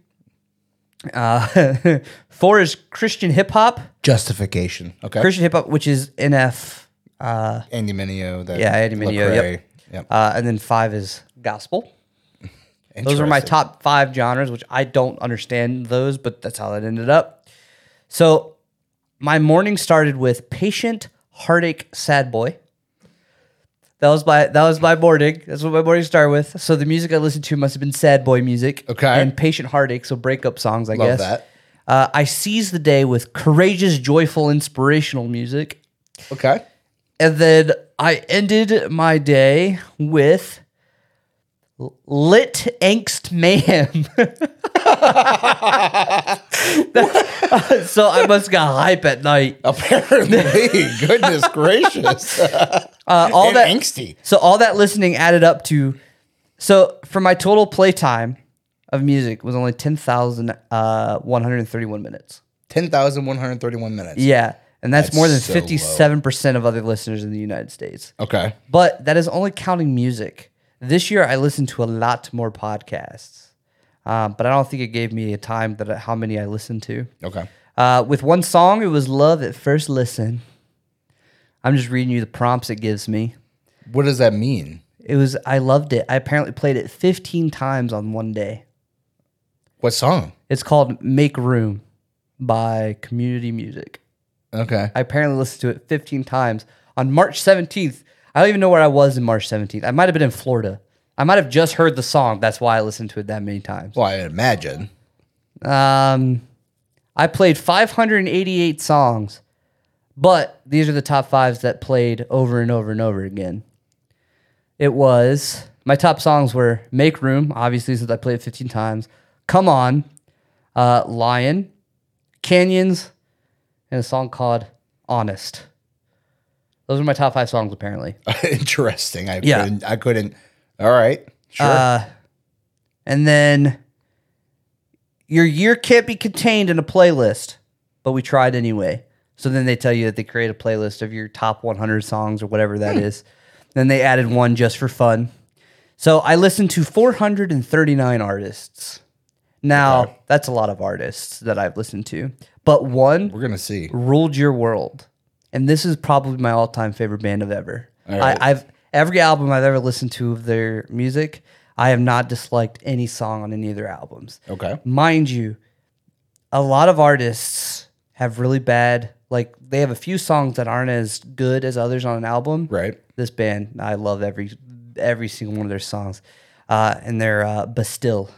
C: Uh, four is Christian hip hop.
A: Justification. Okay.
C: Christian hip hop, which is NF. Uh,
A: Andy Mineo. That
C: Yeah, Andy Mineo,
A: Lecrae.
C: yep. uh, and then five is gospel. Those are my
A: Interesting.
C: top five genres, which I don't understand those, but that's how that ended up. So my morning started with patient heartache sad boy. That was my that was my morning. That's what my morning started with. So the music I listened to must have been sad boy music.
A: Okay.
C: And patient heartache, so breakup songs, I
A: Love
C: guess.
A: that.
C: Uh, I seize the day with courageous, joyful, inspirational music.
A: Okay.
C: And then I ended my day with Lit Angst Mayhem. That's- so I must got hype at night.
A: Oh, Apparently, goodness gracious,
C: Uh, all
A: and
C: that
A: angsty.
C: So all that listening added up to so for my total playtime of music was only uh, 10,131 minutes.
A: Ten thousand one hundred thirty-one minutes.
C: Yeah. And that's,
A: That's
C: more than
A: so low.
C: 57% of other listeners in the United States.
A: Okay.
C: But that is only counting music. This year, I listened to a lot more podcasts, um, but I don't think it gave me a time that how many I listened to.
A: Okay.
C: Uh, with one song, it was "Love at First Listen." I'm just reading you the prompts it gives me.
A: What does that mean?
C: It was I loved it. I apparently played it 15 times on one day.
A: What song?
C: It's called "Make Room" by Community Music.
A: Okay.
C: I apparently listened to it 15 times on March 17th. I don't even know where I was in March 17th. I might have been in Florida. I might have just heard the song. That's why I listened to it that many times.
A: Well, I imagine.
C: Um, I played 588 songs, but these are the top fives that played over and over and over again. It was my top songs were "Make Room," obviously since I played it 15 times. "Come On," uh, "Lion," "Canyons," and a song called "Honest." Those are my top five songs, apparently.
A: Interesting. I
C: Yeah.
A: couldn't. I couldn't. All right. Sure.
C: Uh, and then your year can't be contained in a playlist, but we tried anyway. So then they tell you that they create a playlist of your top 100 songs or whatever that is. Then they added one just for fun. So I listened to 439 artists. Now, that's a lot of artists that I've listened to, but one
A: We're gonna see.
C: ruled your world. And this is probably my all time favorite band of ever.
A: right.
C: I, I've every album I've ever listened to of their music, I have not disliked any song on any of their albums.
A: Okay.
C: Mind you, a lot of artists have really bad like they have a few songs that aren't as good as others on an album.
A: Right.
C: This band, I love every every single one of their songs. Uh, and their uh, Bastille.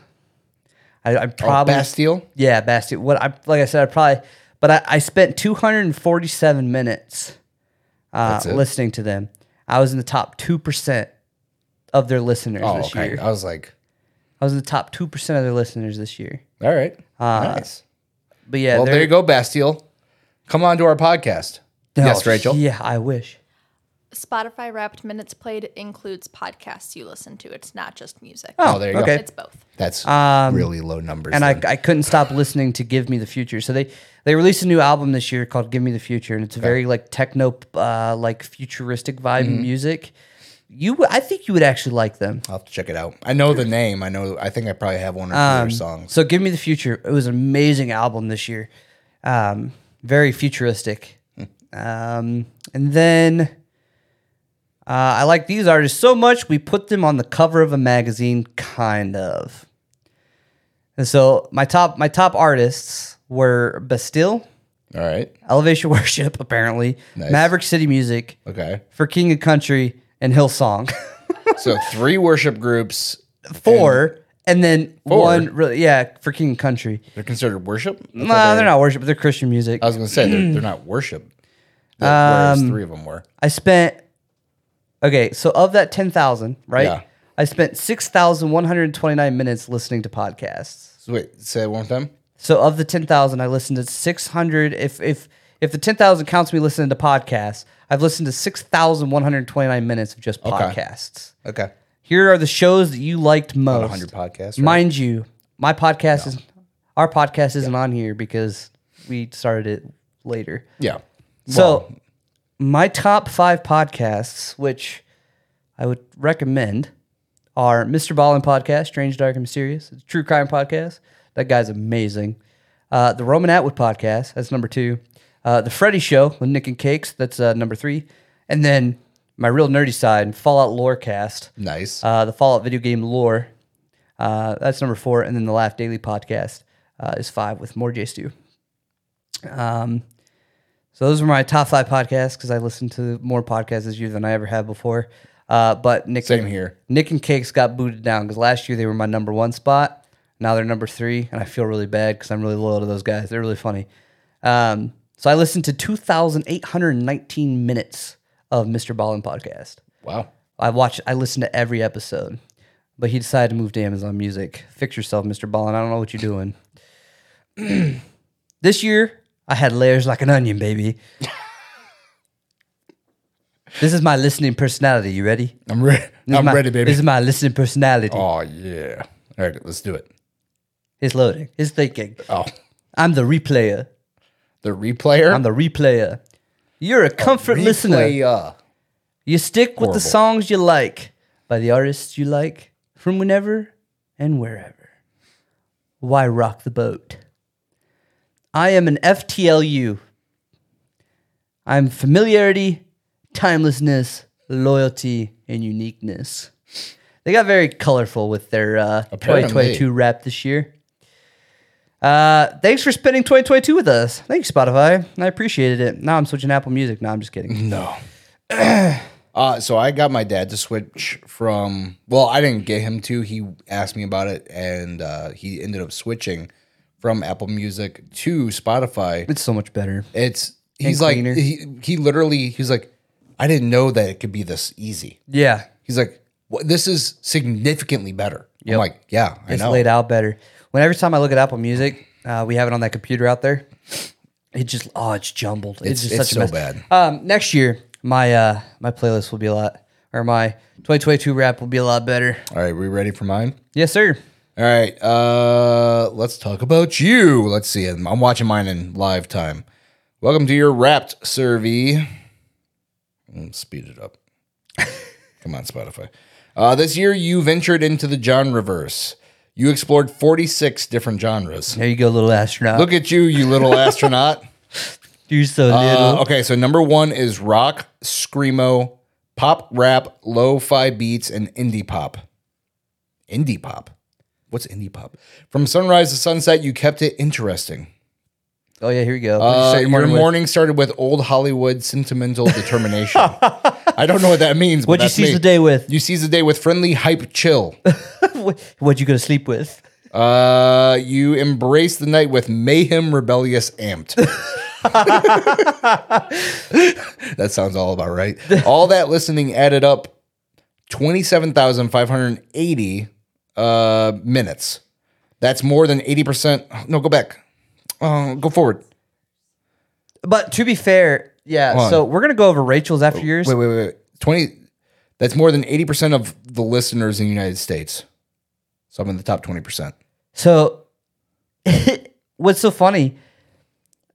C: I, I'm
A: Oh,
C: probably
A: Bastille.
C: yeah, Bastille. What I like I said, I probably, but I, I spent 247 minutes uh,
A: That's it?
C: listening to them. I was in the top two percent of their listeners
A: Oh,
C: this
A: okay.
C: year.
A: I was like,
C: I was in the top two percent of their listeners this year.
A: all right.
C: Uh,
A: nice.
C: But yeah,
A: Well, there
C: they're-
A: you go, Bastille. Come on to our podcast.
C: No,
A: yes, Rachel.
C: Yeah, I wish.
D: Spotify Wrapped minutes played includes podcasts you listen to. It's not just music.
A: Oh, there you
C: okay.
A: go.
D: It's both.
A: That's
C: Um,
A: really low numbers.
C: and I,
A: then.
C: I couldn't stop listening to Give Me the Future. So they they released a new album this year called Give Me the Future, and it's a very like techno uh, like futuristic vibe
A: Mm-hmm.
C: music. You, w- I think you would actually like them.
A: I'll have to check it out. I know the name. I know. I think I probably have one or two of
C: Um,
A: their songs.
C: So give me the future. It was an amazing album this year, um, very futuristic.
A: Hmm.
C: um, and then uh, I like these artists so much we put them on the cover of a magazine, kind of. And so my top my top artists were Bastille,
A: All right.
C: Elevation Worship, apparently,
A: Nice.
C: Maverick City Music,
A: Okay.
C: For King of Country, and Hillsong.
A: So three worship groups.
C: Four, and then
A: Four?
C: one, really, yeah, for King of Country.
A: They're considered worship. I
C: No,
A: thought
C: they're not worship, but they're Christian music.
A: I was gonna say they're, they're not worship. Whereas
C: Um,
A: three of them were.
C: I spent okay, so of that ten thousand, right?
A: Yeah.
C: I spent six thousand one hundred twenty nine minutes listening to podcasts.
A: So wait, say it one more time.
C: So of the ten thousand, I listened to six hundred. If if if the ten thousand counts me listening to podcasts, I've listened to six thousand one hundred twenty nine minutes of just podcasts.
A: Okay.
C: Here are the shows that you liked most.
A: 100 podcasts, right?
C: mind you. My podcast is our podcast isn't on here because we started it later.
A: Yeah.
C: So, my top five podcasts, which I would recommend, are Mr. Ballin podcast, Strange, Dark, and Mysterious. It's a true crime podcast. That guy's amazing. Uh, the Roman Atwood podcast. That's number two. Uh, the Freddy Show with Nick and Cakes. That's uh, number three. And then my real nerdy side, Fallout Lorecast.
A: Nice.
C: Uh, the Fallout video game lore. Uh, that's number four. And then the Laugh Daily podcast uh, is five with more J Stew. Um, so those were my top five podcasts because I listen to more podcasts this year than I ever have before. Uh, but Nick,
A: Same here.
C: Nick and Cakes got booted down because last year they were my number one spot. Now they're number three, and I feel really bad because I'm really loyal to those guys. They're really funny. Um, so I listened to 2,819 minutes of Mr. Ballin podcast.
A: wow.
C: I watched, I listened to every episode, but he decided to move to Amazon Music. Fix yourself, Mr. Ballin. I don't know what you're doing. this year, I had layers like an onion, baby. this is my listening personality. You ready?
A: I'm ready.
C: This is
A: I'm
C: my-
A: ready, baby.
C: This is my listening personality.
A: oh yeah. All right, let's do it.
C: It's loading. It's thinking.
A: Oh,
C: I'm the replayer.
A: the replayer.
C: I'm the replayer. You're a comfort listener.
A: Replayer.
C: You stick with
A: Horrible.
C: the songs you like by the artists you like from whenever and wherever. Why rock the boat? I am an FTLU. I'm familiarity, timelessness, loyalty, and uniqueness. They got very colorful with their uh,
A: Apparently.
C: 2022 rap this year. Uh, thanks for spending 2022 with us. Thanks, Spotify. I appreciated it. Now I'm switching to Apple Music. No, I'm just kidding.
A: No. uh, so I got my dad to switch from. Well, I didn't get him to. He asked me about it, and uh, he ended up switching from Apple Music to Spotify.
C: It's so much better.
A: It's he's
C: And
A: like
C: cleaner.
A: he, he literally he's like I didn't know that it could be this easy.
C: Yeah,
A: He's like "Wha- this is significantly better. I'm
C: Yep.
A: like yeah I
C: it's
A: know.
C: laid out better. When every time I look at Apple Music, uh, we have it on that computer out there. It just oh, it's jumbled.
A: It's-
C: It's, just
A: it's
C: such
A: so
C: a mess.
A: bad.
C: Um, next year, my uh, my playlist will be a lot, or my 2022 rap will be a lot better.
A: All right, we ready for mine?
C: Yes, sir.
A: All right, uh, let's talk about you. Let's see. I'm I'm watching mine in live time. Welcome to your Wrapped survey. Mm, Speed it up. Come on, Spotify. Uh, this year, you ventured into the genre verse. You explored 46 different genres.
C: There you go, little astronaut.
A: Look at you, you little astronaut.
C: you're so
A: Uh,
C: little.
A: okay, so number one is rock, screamo, pop, rap, lo-fi beats, and indie pop. Indie pop. What's indie pop? From sunrise to sunset, you kept it interesting.
C: Oh yeah, here we go. What'd you
A: Uh,
C: start
A: your
C: your
A: morning,
C: with?
A: started with old Hollywood sentimental determination. I don't know what that means. But
C: What'd you
A: that's
C: seize
A: me.
C: the day with?
A: You seize the day with friendly hype chill.
C: What- What'd you go to sleep with?
A: Uh, you embrace the night with mayhem, rebellious, amped. that sounds all about right. All that listening added up twenty-seven thousand five hundred eighty uh, minutes. That's more than eighty percent. No, go back. Uh, go forward.
C: But to be fair, yeah.
A: Hold on. Oh,
C: So we're gonna go over Rachel's after yours.
A: Wait, wait, wait. wait. Twenty. That's more than eighty percent of the listeners in the United States. So I'm in the top twenty percent.
C: So, what's so funny?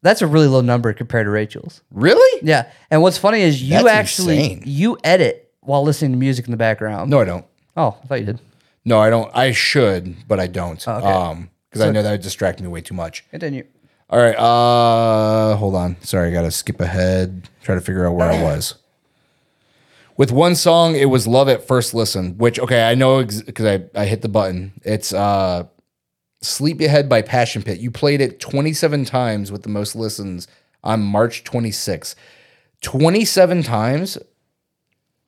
C: That's a really low number compared to Rachel's.
A: Really?
C: Yeah, and what's funny is you
A: That's
C: actually
A: insane.
C: you edit while listening to music in the background.
A: No, I don't.
C: Oh, I thought you did.
A: No, I don't. I should, but I don't. Um 'cause because I know that would distract me way too much.
C: Continue.
A: All right. Uh, hold on. Sorry, I gotta skip ahead. Try to figure out where I was. With one song, it was "Love at First Listen," which okay, I know because I I hit the button. It's uh, "Sleepyhead" by Passion Pit. You played it 27 times with the most listens on March 26th. 27 times.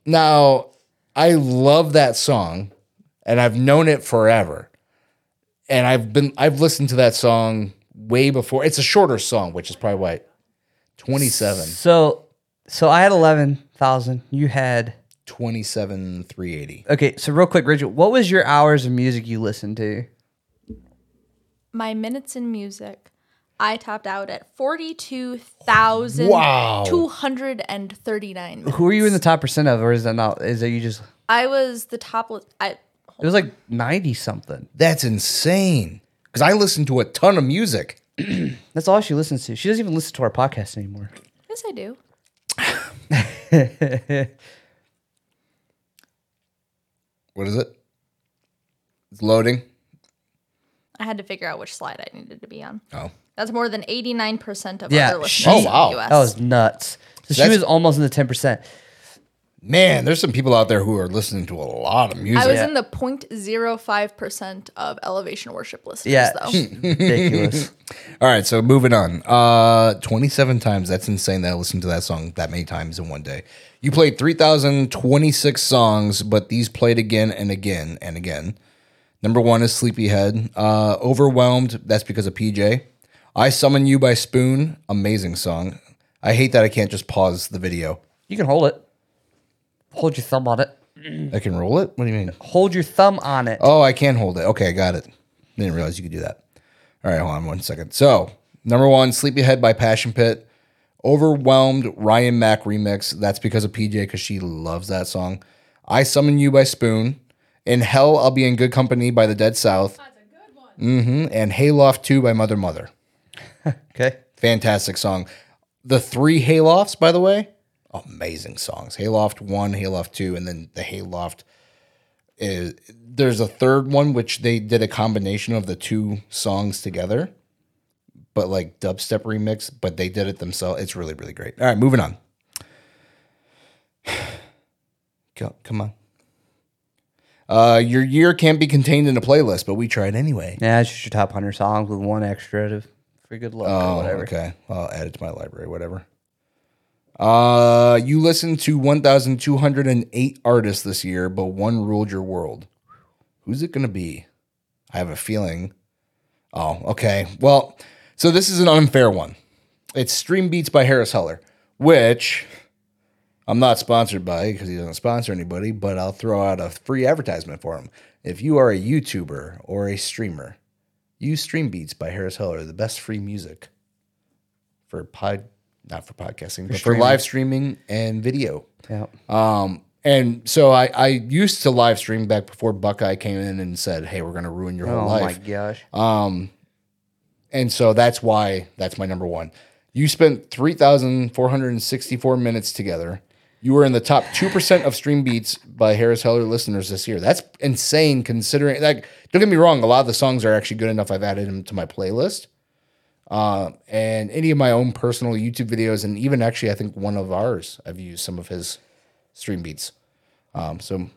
A: Now, I love that song and I've known it forever. And I've been I've listened to that song way before. It's a shorter song, which is probably why 27
C: So, so I had eleven thousand. You had
A: 27 380.
C: okay. So real quick, Rachel, what was your hours of music you listened to?
D: My minutes in music, I topped out at 42,239
A: Wow.
D: minutes.
C: Who are you in the top percent of, or is that not? Is that you just?
D: I was the top. li- I,
C: It was like ninety something.
A: That's insane. Cuz I listen to a ton of music.
C: That's all she listens to. She doesn't even listen to our podcast anymore.
D: yes, I do.
A: What is it? It's loading.
D: I had to figure out which slide I needed to be on.
A: Oh.
D: That's more than 89% of
C: Yeah,
D: other
C: she-
D: listeners
A: Oh,
D: in
A: wow.
D: the US.
C: That was nuts. So she
A: That's-
C: was almost in the ten percent.
A: Man, there's some people out there who are listening to a lot of music.
D: I was
C: Yeah.
D: in the 0.05% of elevation worship listeners,
C: Yeah, Hmm.
D: though.
C: it's ridiculous.
A: All right, so moving on. Uh, 27 times. That's insane that I listened to that song that many times in one day. You played 3,026 songs, but these played again and again and again. Number one is Sleepyhead. Uh, Overwhelmed. That's because of PJ. I Summon You by Spoon. Amazing song. I hate that I can't just pause the video.
C: you can hold it. Hold your thumb on it.
A: I can roll it? What do you mean?
C: Hold your thumb on it.
A: Oh, I can hold it. Okay, I got it. Didn't realize you could do that. All right, hold on one second. So, number one, Sleepyhead by Passion Pit. Overwhelmed Ryan Mack remix. That's because of PJ because she loves that song. I Summon You by Spoon. In Hell, I'll Be in Good Company by the Dead South. hmm And Hayloft 2 by Mother Mother.
C: Okay.
A: Fantastic song. The three Haylofts, by the way, amazing songs. Hayloft one, Hayloft two, and then the Hayloft is there's a third one which they did a combination of the two songs together, but like dubstep remix, but they did it themselves. It's really, really great. All right, moving on. Go- Come on. Uh, your year can't be contained in a playlist, but we tried anyway.
C: Yeah, it's just your top hundred songs with one extra to, for good luck or
A: Oh,
C: whatever.
A: okay. I'll add it to my library, whatever. Uh, you listened to 1,208 artists this year, but one ruled your world. Who's it going to be? I have a feeling. Oh, okay. Well, so this is an unfair one. It's Stream Beats by Harris Heller, which I'm not sponsored by because he doesn't sponsor anybody, but I'll throw out a free advertisement for him. If you are a YouTuber or a streamer, use Stream Beats by Harris Heller, the best free music for pod, not for podcasting, but for
C: streaming.
A: live streaming and video.
C: Yeah.
A: And so I, I used to live stream back before Buckeye came in and said, "Hey, we're going to ruin your whole
C: Oh my
A: life." Uh,
C: gosh.
A: And so that's why that's my number one. You spent 3,464 minutes together. You were in the top 2% of stream beats by Harris Heller listeners this year. That's insane considering, like, don't get me wrong, a lot of the songs are actually good enough. I've added them to my playlist. Uh, and any of my own personal YouTube videos, and even actually, I think one of ours, I've used some of his stream beats. Um, so,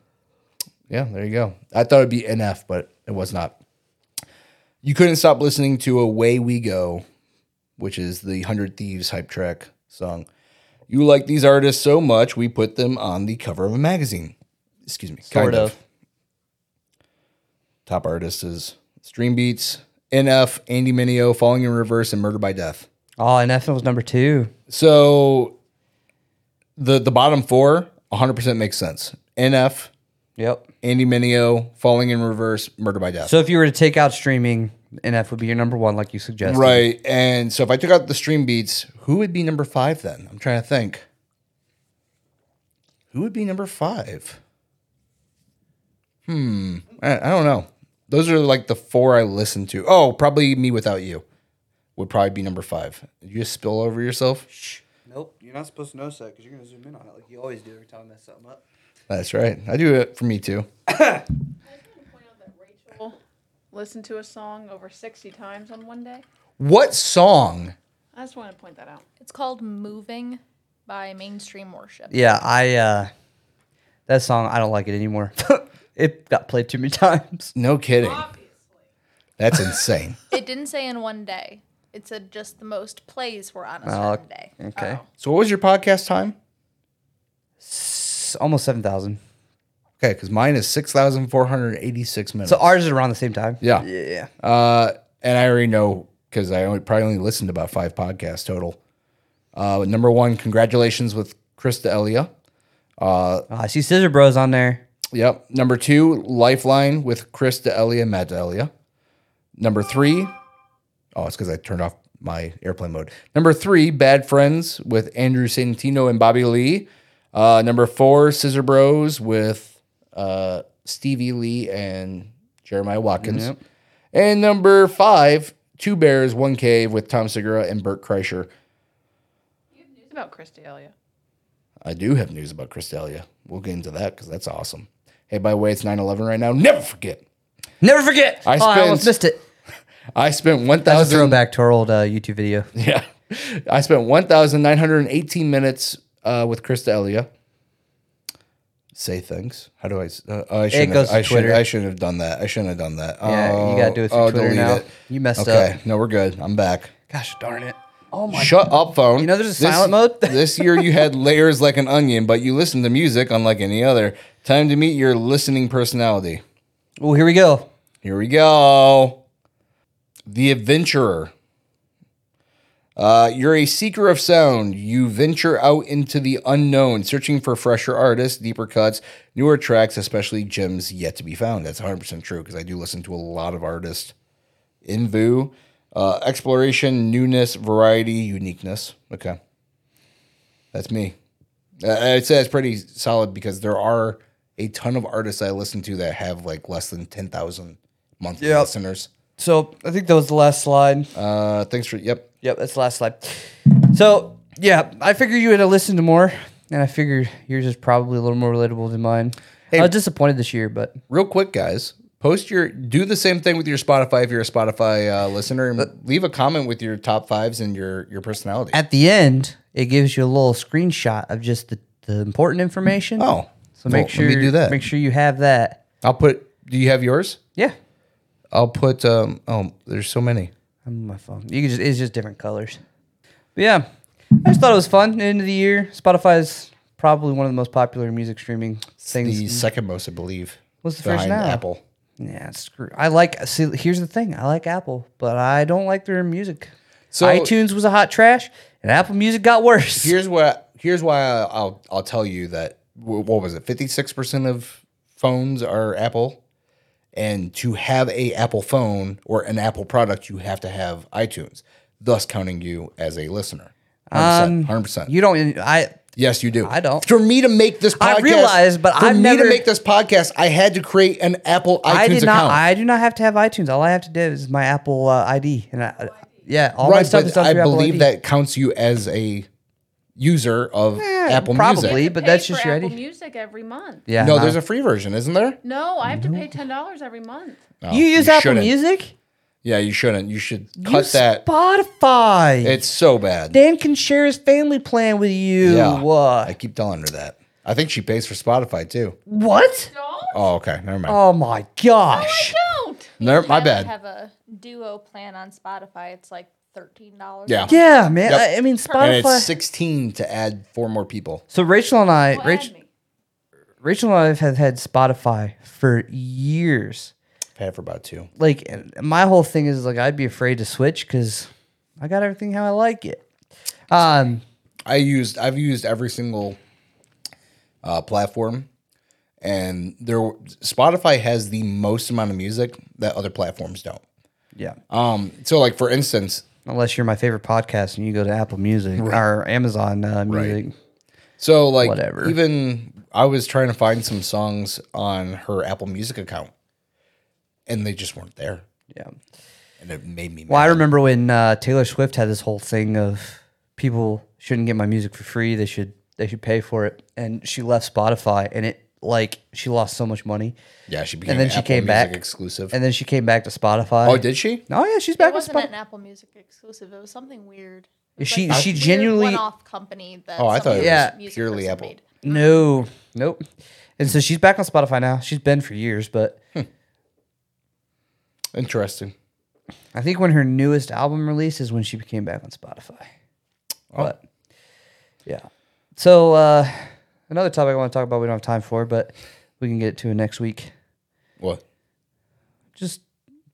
A: yeah, there you go. I thought it'd be NF, but it was not you couldn't stop listening to Away We Go, which is the 100 Thieves hype track song. You like these artists so much, we put them on the cover of a magazine. Excuse me.
C: Sort of.
A: Top artists is Stream Beats, NF, Andy Mineo, Falling in Reverse, and Murder by Death.
C: Oh, and FM was number two.
A: So the the bottom four 100% makes sense. NF,
C: Yep.
A: Andy Mineo, Falling in Reverse, Murder by Death.
C: So if you were to take out streaming, NF would be your number one, like you suggested.
A: Right. And so if I took out the stream beats, who would be number five then? I'm trying to think. Who would be number five? Hmm. I, I don't know. Those are like the four I listen to. Oh, probably Me Without You would probably be number five. Did you just spill over yourself?
C: Nope. You're not supposed to know that because you're gonna zoom in on it like you always do every time I mess something up.
A: That's right. I do it for me too.
F: Rachel listened to a song over 60 times on one day.
A: What song?
F: I just want to point that out.
D: It's called Moving by Mainstream Worship.
C: Yeah, I uh that song I don't like it anymore. it got played too many times.
A: No kidding. That's insane.
D: It didn't say in one day. It It said just the most plays were on a
C: Oh,
D: certain day.
C: okay.
A: So what was your podcast time?
C: S- almost 7,000.
A: Okay, because mine is six thousand four hundred eighty-six minutes.
C: So ours is around the same time.
A: yeah.
C: Yeah.
A: Uh, and I already know because I only, probably only listened to about five podcasts total. Uh, number one, congratulations with Krista Elia.
C: Oh, I see Scissor Bros on there.
A: Yep. Number two, Lifeline with Krista Elia, Matt Elia. Number three, oh, it's because I turned off my airplane mode. Number three, Bad Friends with Andrew Santino and Bobby Lee. Uh, number four, Scissor Bros with uh, Stevie Lee and Jeremiah Watkins. And number five, Two Bears, One Cave with Tom Segura and Burt Kreischer.
E: It's about Christalia.
A: I do have news about Cristalia. We'll get into that because that's awesome. Hey, by the way, it's 9 11 right now. Never forget.
C: Never forget.
A: I
C: oh, I almost
A: spent-
C: missed it.
A: I spent
C: That's
A: 1,000
C: a throwback to our old uh, YouTube video.
A: Yeah. I spent 1,918 minutes uh, with Krista Elia. Say thanks. How do I? s- Uh, I shouldn't
C: goes to
A: have, I, should,
C: Twitter.
A: I shouldn't have done that. I shouldn't have done that. Oh,
C: Yeah, you gotta do it through Twitter
A: delete
C: now. You messed
A: okay. No, we're good. I'm back.
C: Gosh darn it. Oh my.
A: Shut up, phone.
C: You know there's a silent mode?
A: this year you had layers like an onion, but you listened to music unlike any other. Time to meet your listening personality.
C: Oh, here we go.
A: Here we go. The Adventurer. Uh, you're a seeker of sound. You venture out into the unknown, searching for fresher artists, deeper cuts, newer tracks, especially gems yet to be found. That's 100% true because I do listen to a lot of artists in VU. Uh, exploration, newness, variety, uniqueness. Okay. That's me. Uh, I'd say that's pretty solid because there are a ton of artists I listen to that have like less than 10,000 monthly
C: Yep.
A: listeners.
C: So I think that was the last slide.
A: Uh, thanks for, yep.
C: Yep, that's the last slide. So yeah, I figured you would have listened to more, and I figured yours is probably a little more relatable than mine. I was disappointed this year, but
A: real quick, guys, post your do the same thing with your Spotify if you're a Spotify uh, listener, and leave a comment with your top fives and your your personality.
C: at the end, it gives you a little screenshot of just the, the important information.
A: oh,
C: so make
A: well,
C: sure
A: let me do that.
C: Make sure you have that.
A: I'll put. Do you have yours?
C: Yeah,
A: I'll put. Um, oh, there's so many.
C: I'm on my phone. You can just it's just different colors. But yeah, I just thought it was fun. End of the year, Spotify is probably one of the most popular music streaming things.
A: The second most, I believe.
C: What's the first
A: behind
C: now?
A: Apple.
C: Yeah, screw. I like. See, here's the thing. I like Apple, but I don't like their music.
A: So-
C: iTunes was a hot trash, and Apple Music got worse.
A: Here's what. Here's why I, I'll I'll tell you that. wh- What was it? Fifty six percent of phones are Apple, and to have a Apple phone or an Apple product, you have to have iTunes. Thus, counting you as a listener. Hundred percent.
C: you don't. I
A: Yes, you do.
C: Um, I don't.
A: For me to make this podcast,
C: I realize, but
A: for
C: I've
A: me to
C: never-
A: make this podcast, I had to create an Apple iTunes
C: I did not.
A: account.
C: I do not have to have iTunes. All I have to do is my Apple uh, ID, and I, yeah, all my
A: right,
C: stuff is
A: but
C: done
A: I
C: through Apple
A: believe
C: ID.
A: that counts you as a user of Apple
C: Eh, probably.
A: Music.
C: but
E: Pay
C: that's
E: for
C: just your
E: Apple
C: ID.
E: Music every month.
C: yeah,
A: No,
C: nah.
A: there's a free version, isn't there?
E: No, I have to pay ten dollars every month.
A: No,
C: you use Apple
A: shouldn't.
C: Music.
A: Yeah, you shouldn't. You should cut
C: Use
A: that.
C: Spotify.
A: It's so bad.
C: Dan can share his family plan with you.
A: yeah, I
C: What?
A: keep telling her that. I think she pays for Spotify too.
C: What?
E: Don't
A: Oh, okay, never mind.
C: Oh my gosh.
E: don't.
A: Never- my
D: Tyler
A: bad.
D: Have a duo plan on Spotify. It's like thirteen dollars.
A: Yeah,
C: Yeah, man.
A: Yep.
C: I, I mean,
A: and
C: Spotify.
A: it's sixteen to add four more people.
C: So Rachel and I,
E: Well,
C: Rach,
E: add me.
C: Rachel and I have had Spotify for years.
A: I've had for about two.
C: Like and my whole thing is like I'd be afraid to switch because I got everything how I like it. Um,
A: I used I've used every single uh, platform, and there Spotify has the most amount of music that other platforms don't.
C: yeah.
A: Um, so like for instance,
C: Unless you're my favorite podcast and you go to Apple Music or Amazon uh, Music.
A: so like
C: Whatever.
A: even I was trying to find some songs on her Apple Music account, and they just weren't there,
C: Yeah.
A: and it made me.
C: Well, I
A: mad.
C: remember when uh, Taylor Swift had this whole thing of people shouldn't get my music for free; they should they should pay for it. And she left Spotify, and it like she lost so much money.
A: yeah, she became
C: and then she
A: Apple
C: came
A: Music
C: back,
A: exclusive.
C: And then she came back to Spotify.
A: oh, did she?
C: Oh yeah, she's
D: It
C: back with
D: wasn't
C: Spotify.
D: an Apple Music exclusive. It was something weird.
C: She she genuinely
D: one off company that.
A: Oh, I thought it
D: somebody-
A: was
C: Yeah.
D: music
A: purely
D: person
A: Apple.
D: made.
C: no nope. And so she's back on Spotify now. She's been for years, but
A: Interesting.
C: I think when her newest album release is when she came back on Spotify.
A: Oh.
C: But yeah. So uh, another topic I want to talk about we don't have time for, but we can get to it next week.
A: What?
C: Just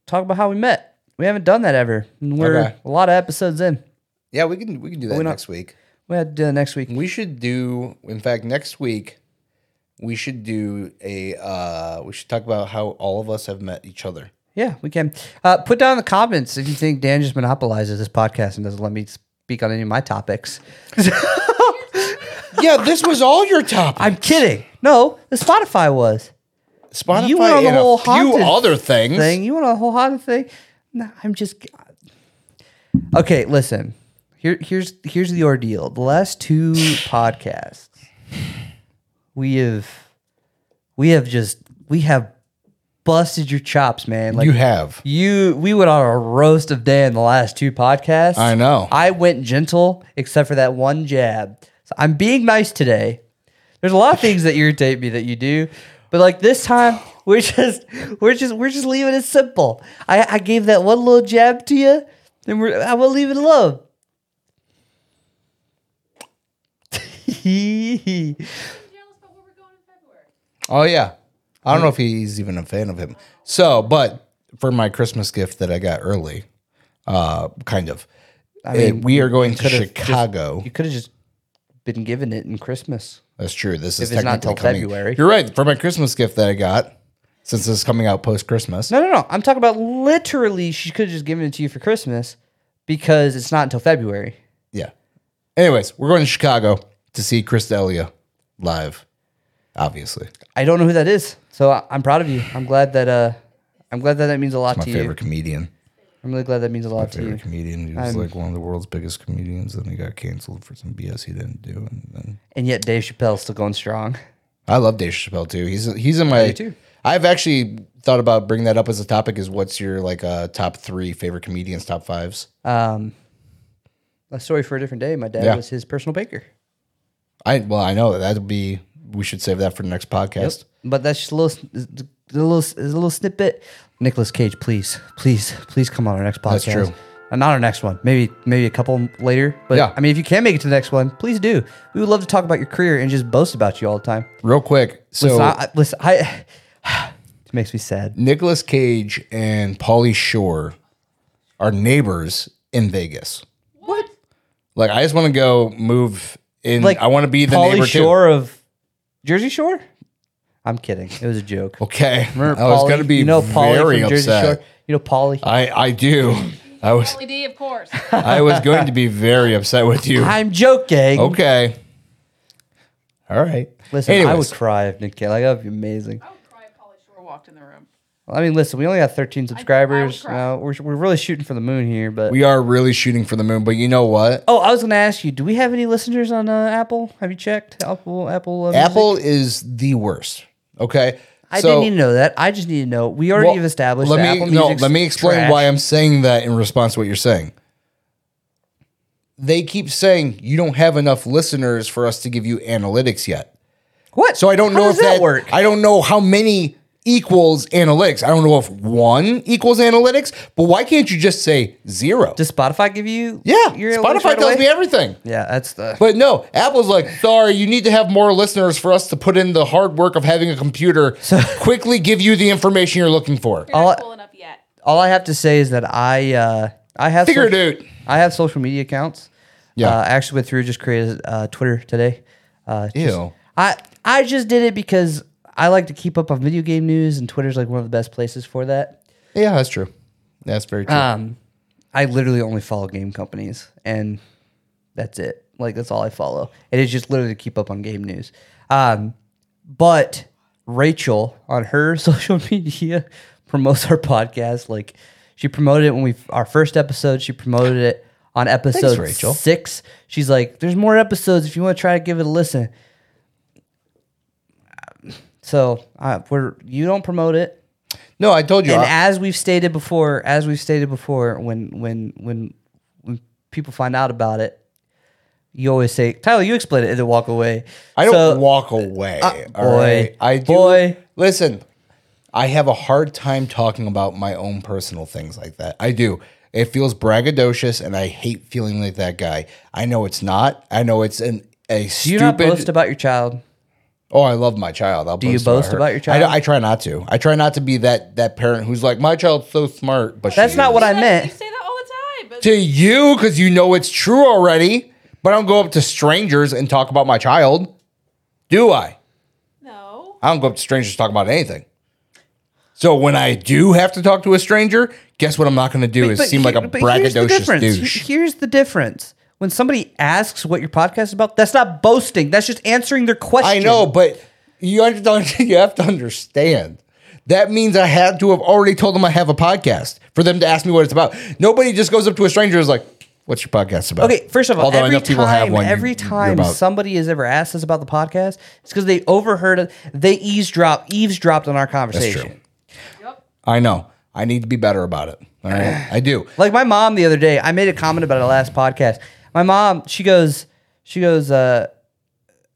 C: talk about how we met. We haven't done that ever. And we're
A: Okay.
C: a lot of episodes in.
A: Yeah, we can we can do that
C: we not-
A: next week.
C: We had to do that next week.
A: We should do. In fact, next week we should do a. uh We should talk about how all of us have met each other.
C: Yeah, we can. Uh, put down in the comments if you think Dan just monopolizes this podcast and doesn't let me speak on any of my topics.
A: Yeah, this was all your top.
C: I'm kidding. No, the Spotify was.
A: Spotify
C: you went on the
A: and
C: whole
A: a few
C: haunted
A: other things.
C: thing. You want a whole hot thing? No, I'm just. Okay, listen. Here, here's here's the ordeal. The last two podcasts, we have, we have just we have busted your chops, man. Like
A: you have.
C: you, we went on a roast of Dan the last two podcasts.
A: I know.
C: I went gentle, except for that one jab. So I'm being nice today. There's a lot of things that irritate me that you do, but like this time, we're just we're just we're just leaving it simple. I, I gave that one little jab to you, and we're I will leave it alone.
A: Oh yeah. I don't know if he's even a fan of him. So, but for my Christmas gift that I got early, uh, kind of. I mean, we are going to
C: could've just-
A: Chicago.
C: you could have just been given it in Christmas.
A: That's true. This is
C: it's
A: technically
C: not till
A: coming.
C: February.
A: You're right. For my Christmas gift that I got, since this is coming out post Christmas.
C: No, no, no. I'm talking about literally. She could have just given it to you for Christmas because it's not until February.
A: Yeah. Anyways, we're going to Chicago to see Chris D'Elia live. Obviously,
C: I don't know who that is. So I, I'm proud of you. I'm glad that uh, I'm glad that that means a lot
A: my
C: to
A: favorite
C: you.
A: comedian.
C: I'm really glad that means a lot to
A: Favorite
C: you.
A: comedian. He was like one of the world's biggest comedians, and he got canceled for some BS he didn't do. And then
C: And yet Dave Chappelle's still going strong.
A: I love Dave Chappelle too. He's he's in my.
C: do too.
A: I've actually thought about bringing that up as a topic. Is what's your like uh, top three favorite comedians, top fives?
C: Um, a story for a different day. My dad
A: Yeah.
C: was his personal baker,
A: I well, I know that would be. We should save that for the next podcast.
C: but that's just a little, a little, a little snippet. Nicholas Cage, please, please, please come on our next podcast.
A: That's true.
C: Uh, not our next one. Maybe, maybe a couple later. But
A: Yeah.
C: I mean, if you can make it to the next one, please do. We would love to talk about your career and just boast about you all the time.
A: Real quick, so
C: So I, I- listen, I. it makes me sad.
A: Nicolas Cage and Pauly Shore are neighbors in Vegas.
F: What?
A: Like I just want to go move in. Like
C: Like,
A: I want to be the
C: Pauly
A: neighbor
C: Shore of Jersey Shore. I'm kidding. It was a joke.
A: too. Okay,
C: Remember
A: I was
C: Pauly?
A: gonna be
C: you know Pauly
A: very
C: from Jersey
A: upset. Uh,
C: Shore. You know Pauly.
A: I I do. I was
E: E
F: D, of course.
A: I was going to be very upset with you.
C: I'm joking.
A: Okay. All right.
C: Listen, I would
A: Anyways,
C: cry if Nick Cage. Like that would be amazing.
F: I would cry if Polly Shore walked in the room.
C: I mean, listen, we only got 13 subscribers.
F: cry.
C: Now we're we're really shooting for the moon here, but.
A: we are really shooting for the moon, but you know what?
C: Oh, I was gonna ask you. Do we have any listeners on uh, Apple? Have you checked Apple? Apple? Uh, Music?
A: Apple is the worst. Okay.
C: I
A: So-
C: didn't need to know that. I just need to know. We already
A: Well,
C: have established.
A: Let
C: that
A: me
C: Apple
A: no.
C: Music's
A: Let me explain
C: trash.
A: why I'm saying that in response to what you're saying. They keep saying you don't have enough listeners for us to give you analytics yet.
C: What?
A: So I don't
C: How
A: know
C: does
A: if that,
C: work.
A: I don't know how many equals analytics. I don't know if one equals analytics. But why can't you just say zero?
C: Does Spotify give you?
A: yeah,
C: your
A: Spotify
C: links right
A: tells
C: away?
A: me everything.
C: Yeah, that's the.
A: But no, Apple's like, sorry, you need to have more listeners for us to put in the hard work of having a computer quickly give you the information you're looking for.
F: You're not
C: I'll-
F: cool enough yet.
C: all I have to say is that I uh, I have
A: Figure it
C: social,
A: out.
C: I have social media accounts.
A: Yeah.
C: uh, I actually went through just created uh, Twitter today. Uh, just-
A: Ew.
C: I I just did it because I like to keep up on video game news, and Twitter's like one of the best places for that.
A: Yeah, that's true. That's very true.
C: Um, I literally only follow game companies, and that's it. Like that's all I follow. It is just literally to keep up on game news. Um, but Rachel on her social media promotes our podcast. Like she promoted it when we our first episode. She promoted it on episode
A: Rachel.
C: six. She's like, "There's more episodes if you want to try to give it a listen." So uh, we're you don't promote it.
A: no, I told you.
C: And
A: I,
C: as we've stated before, as we've stated before, when when when when people find out about it, you always say, "Tyler, you explain it," and then walk away.
A: I don't
C: So, uh,
A: walk away. all
C: boy,
A: right? I do.
C: boy.
A: Listen, I have a hard time talking about my own personal things like that. I do. It feels braggadocious, and I hate feeling like that guy. I know it's not. I know it's an a
C: Do you
A: stupid.
C: not boast about your child?
A: oh, I love my child. I'll
C: Do you boast
A: her.
C: about your
A: I,
C: child?
A: don't- I try not to. I try not to be that that parent who's like, my child's so smart, but
C: That's
A: she
C: not
A: is."
C: what I
E: That-
C: meant.
E: You say that all the time. But
A: to you because you know it's true already. But I don't go up to strangers and talk about my child, do I?
E: no.
A: I don't go up to strangers to talk about anything. So when I do have to talk to a stranger, guess what I'm not going to do is
C: But
A: seem like a
C: here- but here's the
A: braggadocious
C: difference.
A: douche.
C: Here- Here's the difference. When somebody asks what your podcast is about, that's not boasting. That's just answering their
A: I
C: question.
A: know, but you have to, you have to understand. That means I had to have already told them I have a podcast for them to ask me what it's about. Nobody just goes up to a stranger and is like, "What's your podcast about?"
C: Okay, first of all,
A: Although
C: every
A: enough people have
C: time,
A: one, you-
C: every
A: you're
C: time
A: about-
C: somebody has ever asked us about the podcast, it's because they overheard it. They eavesdrop, eavesdropped on our conversation.
A: I know. I need to be better about it. All right, I do.
C: Like my mom the other day, I made a comment about our last podcast. My mom, she goes, she goes, uh,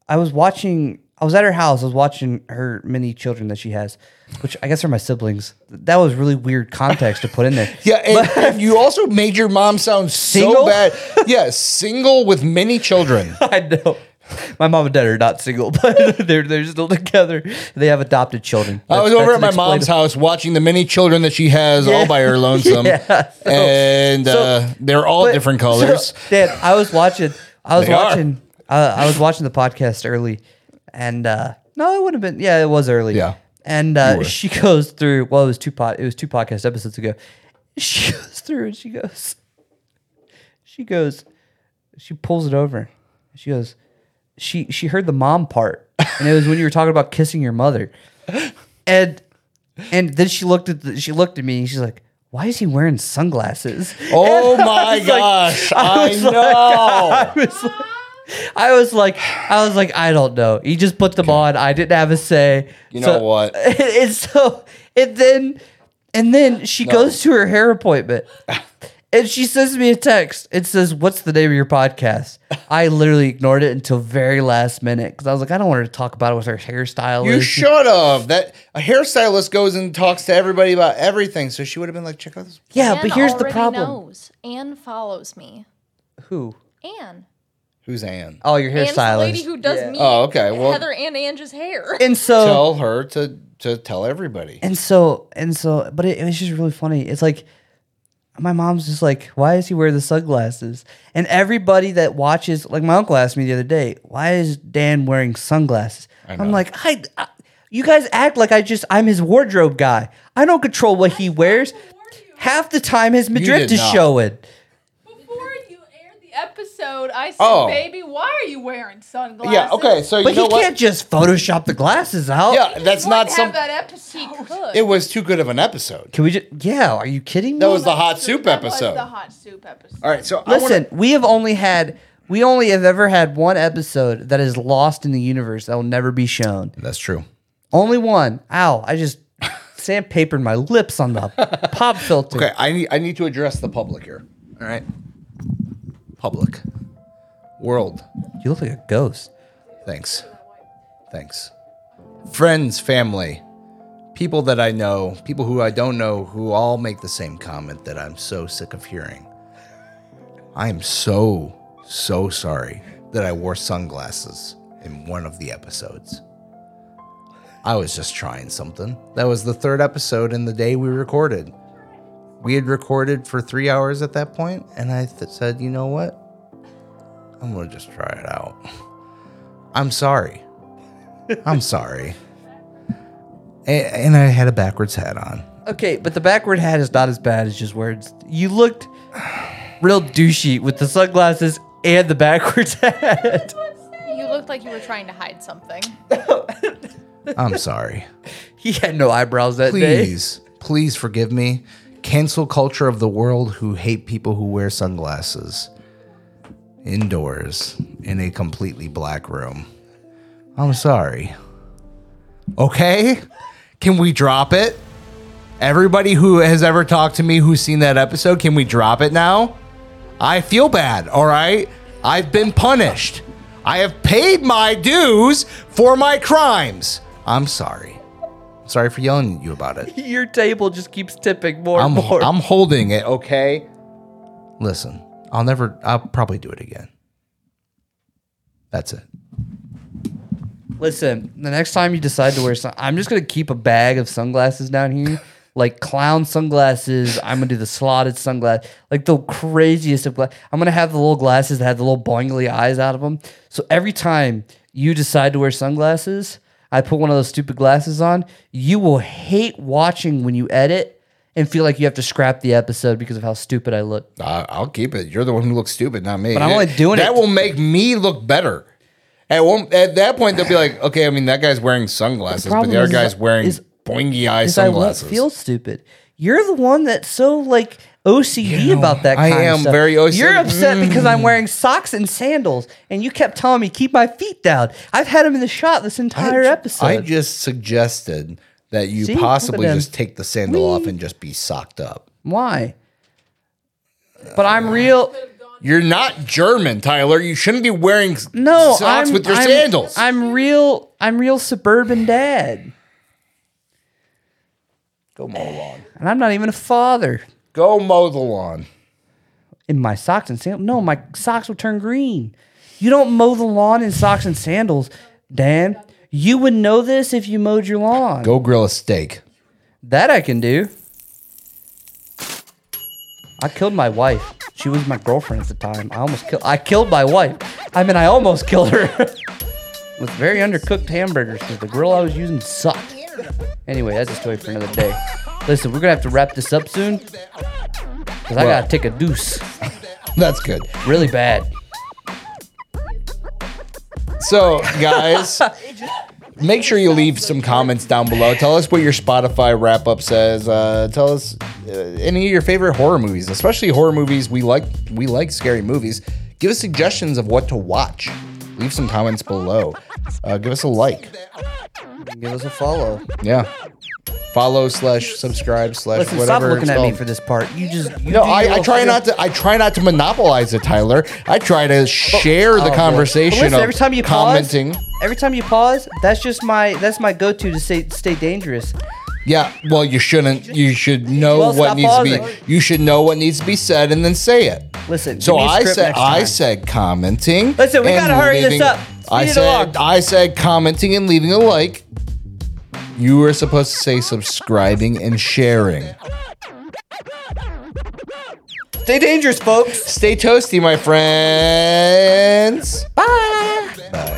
C: I was watching, I was at her house, I was watching her many children that she has, which I guess are my siblings. That was really weird context to put in there.
A: Yeah, and, and you also made your mom sound so
C: Single?
A: bad. Yeah, single with many children.
C: I know. My mom and dad are not single, but they're they're still together. They have adopted children.
A: I was
C: That's-
A: over at
C: that's
A: my mom's
C: inexplicable.
A: house watching the many children that she has all by her lonesome.
C: Yeah, so-
A: and uh, they're all
C: But-
A: different
C: so,
A: colors.
C: Dad, I was watching. I was
A: They are.
C: watching. Uh, I was watching the podcast early, and uh, no, it would have been. Yeah, it was early.
A: Yeah.
C: And
A: You
C: uh,
A: were.
C: she goes through. Well, it was two pod. It was two podcast episodes ago. She goes through and she goes. She goes. She pulls it over. She goes. She she heard the mom part, and it was when you were talking about kissing your mother, and and then she looked at the, she looked at me. and She's like, "Why is he wearing sunglasses?"
A: oh my
C: was like-
A: gosh. I,
C: was
A: know.
C: like- I was like, I was like, I don't know. He just put them on. I didn't have a say.
A: You know what?
C: And so, and then, and then she goes to her hair appointment, and she sends me a text. It says, "What's the name of your podcast?" I literally ignored it until very last minute because I was like, I don't want her to talk about it with her hairstylist.
A: you should have. That a hairstylist goes and talks to everybody about everything. So she would have been like, check out this.
C: Yeah,
D: Anne
C: but here's the
D: already
C: problem.
D: Knows. Anne follows me.
C: Who?
D: Anne.
A: Who's Anne?
C: Oh, your
D: Anne's the lady
C: hairstylist.
D: who does me.
A: Oh, okay. Well,
D: Heather and Ange's hair.
C: and so.
A: tell her to to tell everybody.
C: And so, and so, but it, it was just really funny. It's like, my mom's just like, why is he wearing the sunglasses? And everybody that watches, like my uncle asked me the other day, why is Dan wearing sunglasses? I'm like, I, I, you guys act like I just, I'm his wardrobe guy. I don't control what he wears. Half the time, his midriff
A: did
C: is
A: not.
C: showing.
E: Before you aired the episode, I said,
A: Oh.
E: "Baby, why are you wearing sunglasses?"
A: Yeah. Okay. So you
C: But
A: know
C: he
A: what?
C: can't just Photoshop the glasses out.
A: yeah, that's not
E: have
A: some.
E: that episode.
A: It was too good of an episode.
C: Can we just, yeah, are you kidding me?
A: That was the hot soup
E: That was
A: episode.
E: the hot soup episode.
A: All right, so I
C: Listen,
A: wanna,
C: we have only had we only have ever had one episode that is lost in the universe that will never be shown.
A: that's true.
C: Only one. Ow! I just sandpapered my lips on the pop filter.
A: Okay, I need I need to address the public here. All right, public, world.
C: You look like a ghost.
A: Thanks, thanks, friends, family, people that I know, people who I don't know, who all make the same comment that I'm so sick of hearing. I am so so sorry that I wore sunglasses in one of the episodes. I was just trying something. That was the third episode in the day we recorded. We had recorded for three hours at that point, and I th- said, you know what? I'm gonna just try it out. I'm sorry. I'm sorry. A- And, I had a backwards hat on.
C: Okay, but the backward hat is not as bad as just words. You looked real douchey with the sunglasses and the backwards hat.
D: You looked like you were trying to hide something.
A: I'm sorry.
C: he had no eyebrows that day.
A: Please, please forgive me. Cancel culture of the world who hate people who wear sunglasses indoors in a completely black room. I'm sorry. Okay? Can we drop it? Everybody who has ever talked to me who's seen that episode, can we drop it now? I feel bad, all right? I've been punished. I have paid my dues for my crimes. I'm sorry. Sorry for yelling at you about it.
C: Your table just keeps tipping more
A: I'm
C: and more.
A: I'm holding it, okay? Listen, I'll never I'll probably do it again. That's it.
C: Listen, the next time you decide to wear sun, I'm just gonna keep a bag of sunglasses down here, like clown sunglasses. I'm gonna do the slotted sunglass, like the craziest of glass. I'm gonna have the little glasses that have the little boingly eyes out of them. So every time you decide to wear sunglasses, I put one of those stupid glasses on. You will hate watching when you edit and feel like you have to scrap the episode because of how stupid I look.
A: I, I'll keep it. You're the one who looks stupid, not me.
C: But I'm only doing
A: that
C: it-
A: That will make me look better. At one, at that point, they'll be like, okay, I mean, that guy's wearing sunglasses,
C: The
A: but
C: problem
A: the other
C: is-
A: guy's wearing
C: is-
A: boingy eye
C: Because I won't
A: sunglasses.
C: feel stupid. You're the one that's so like OCD about that.
A: I
C: Kind of
A: am
C: stuff.
A: very OCD.
C: You're upset because
A: Mm.
C: I'm wearing socks and sandals, and you kept telling me keep my feet down. I've had them in the shot this entire
A: ju-
C: episode.
A: I just suggested that you
C: See? Look at
A: possibly
C: them.
A: just take the sandal off and just be socked up.
C: Why? But I'm real.
A: You're not German, Tyler. You shouldn't be wearing s-
C: No,
A: socks
C: I'm,
A: with your
C: I'm-
A: sandals.
C: I'm real. I'm real suburban dad,
A: Go mow the lawn.
C: and I'm not even a father.
A: Go mow the lawn.
C: in my socks and sandals. No, my socks will turn green. You don't mow the lawn in socks and sandals, Dan. You would know this if you mowed your lawn.
A: Go grill a steak.
C: That I can do. I killed my wife. She was my girlfriend at the time. I almost killed. I killed my wife. I mean, I almost killed her with very undercooked hamburgers because the grill I was using sucked. Anyway, that's a story for another day. Listen, we're gonna have to wrap this up soon because I gotta take a deuce
A: That's good.
C: really bad.
A: So, guys, make sure you leave some comments down below. Tell us what your Spotify wrap up says. Uh, tell us uh, any of your favorite horror movies, especially horror movies. We like we like scary movies. Give us suggestions of what to watch. Leave some comments below. Uh, give us a like.
C: Give us a follow.
A: Yeah. Follow slash subscribe slash
C: Listen,
A: whatever.
C: stop looking
A: it's
C: at me
A: called.
C: for this part. You just you
A: No, I, I try not to. I try not to monopolize it, Tyler. I try to share the conversation.
C: Oh, listen,
A: of
C: every time you
A: commenting.
C: pause, every time you pause, that's just my that's my go-to to stay stay dangerous.
A: Yeah, well, you shouldn't. You should know
C: Well,
A: what
C: stop
A: needs to
C: pausing.
A: be. You should know what needs to be said and then say it.
C: Listen,
A: So
C: give me a
A: I
C: script
A: said,
C: next
A: I
C: time.
A: said commenting.
C: Listen, we
A: and
C: gotta hurry this
A: leaving-
C: up.
A: I
C: Speed it
A: said,
C: along.
A: I said commenting and leaving a like. You were supposed to say subscribing and sharing.
C: Stay dangerous, folks.
A: Stay toasty, my friends.
C: Bye.
A: Bye.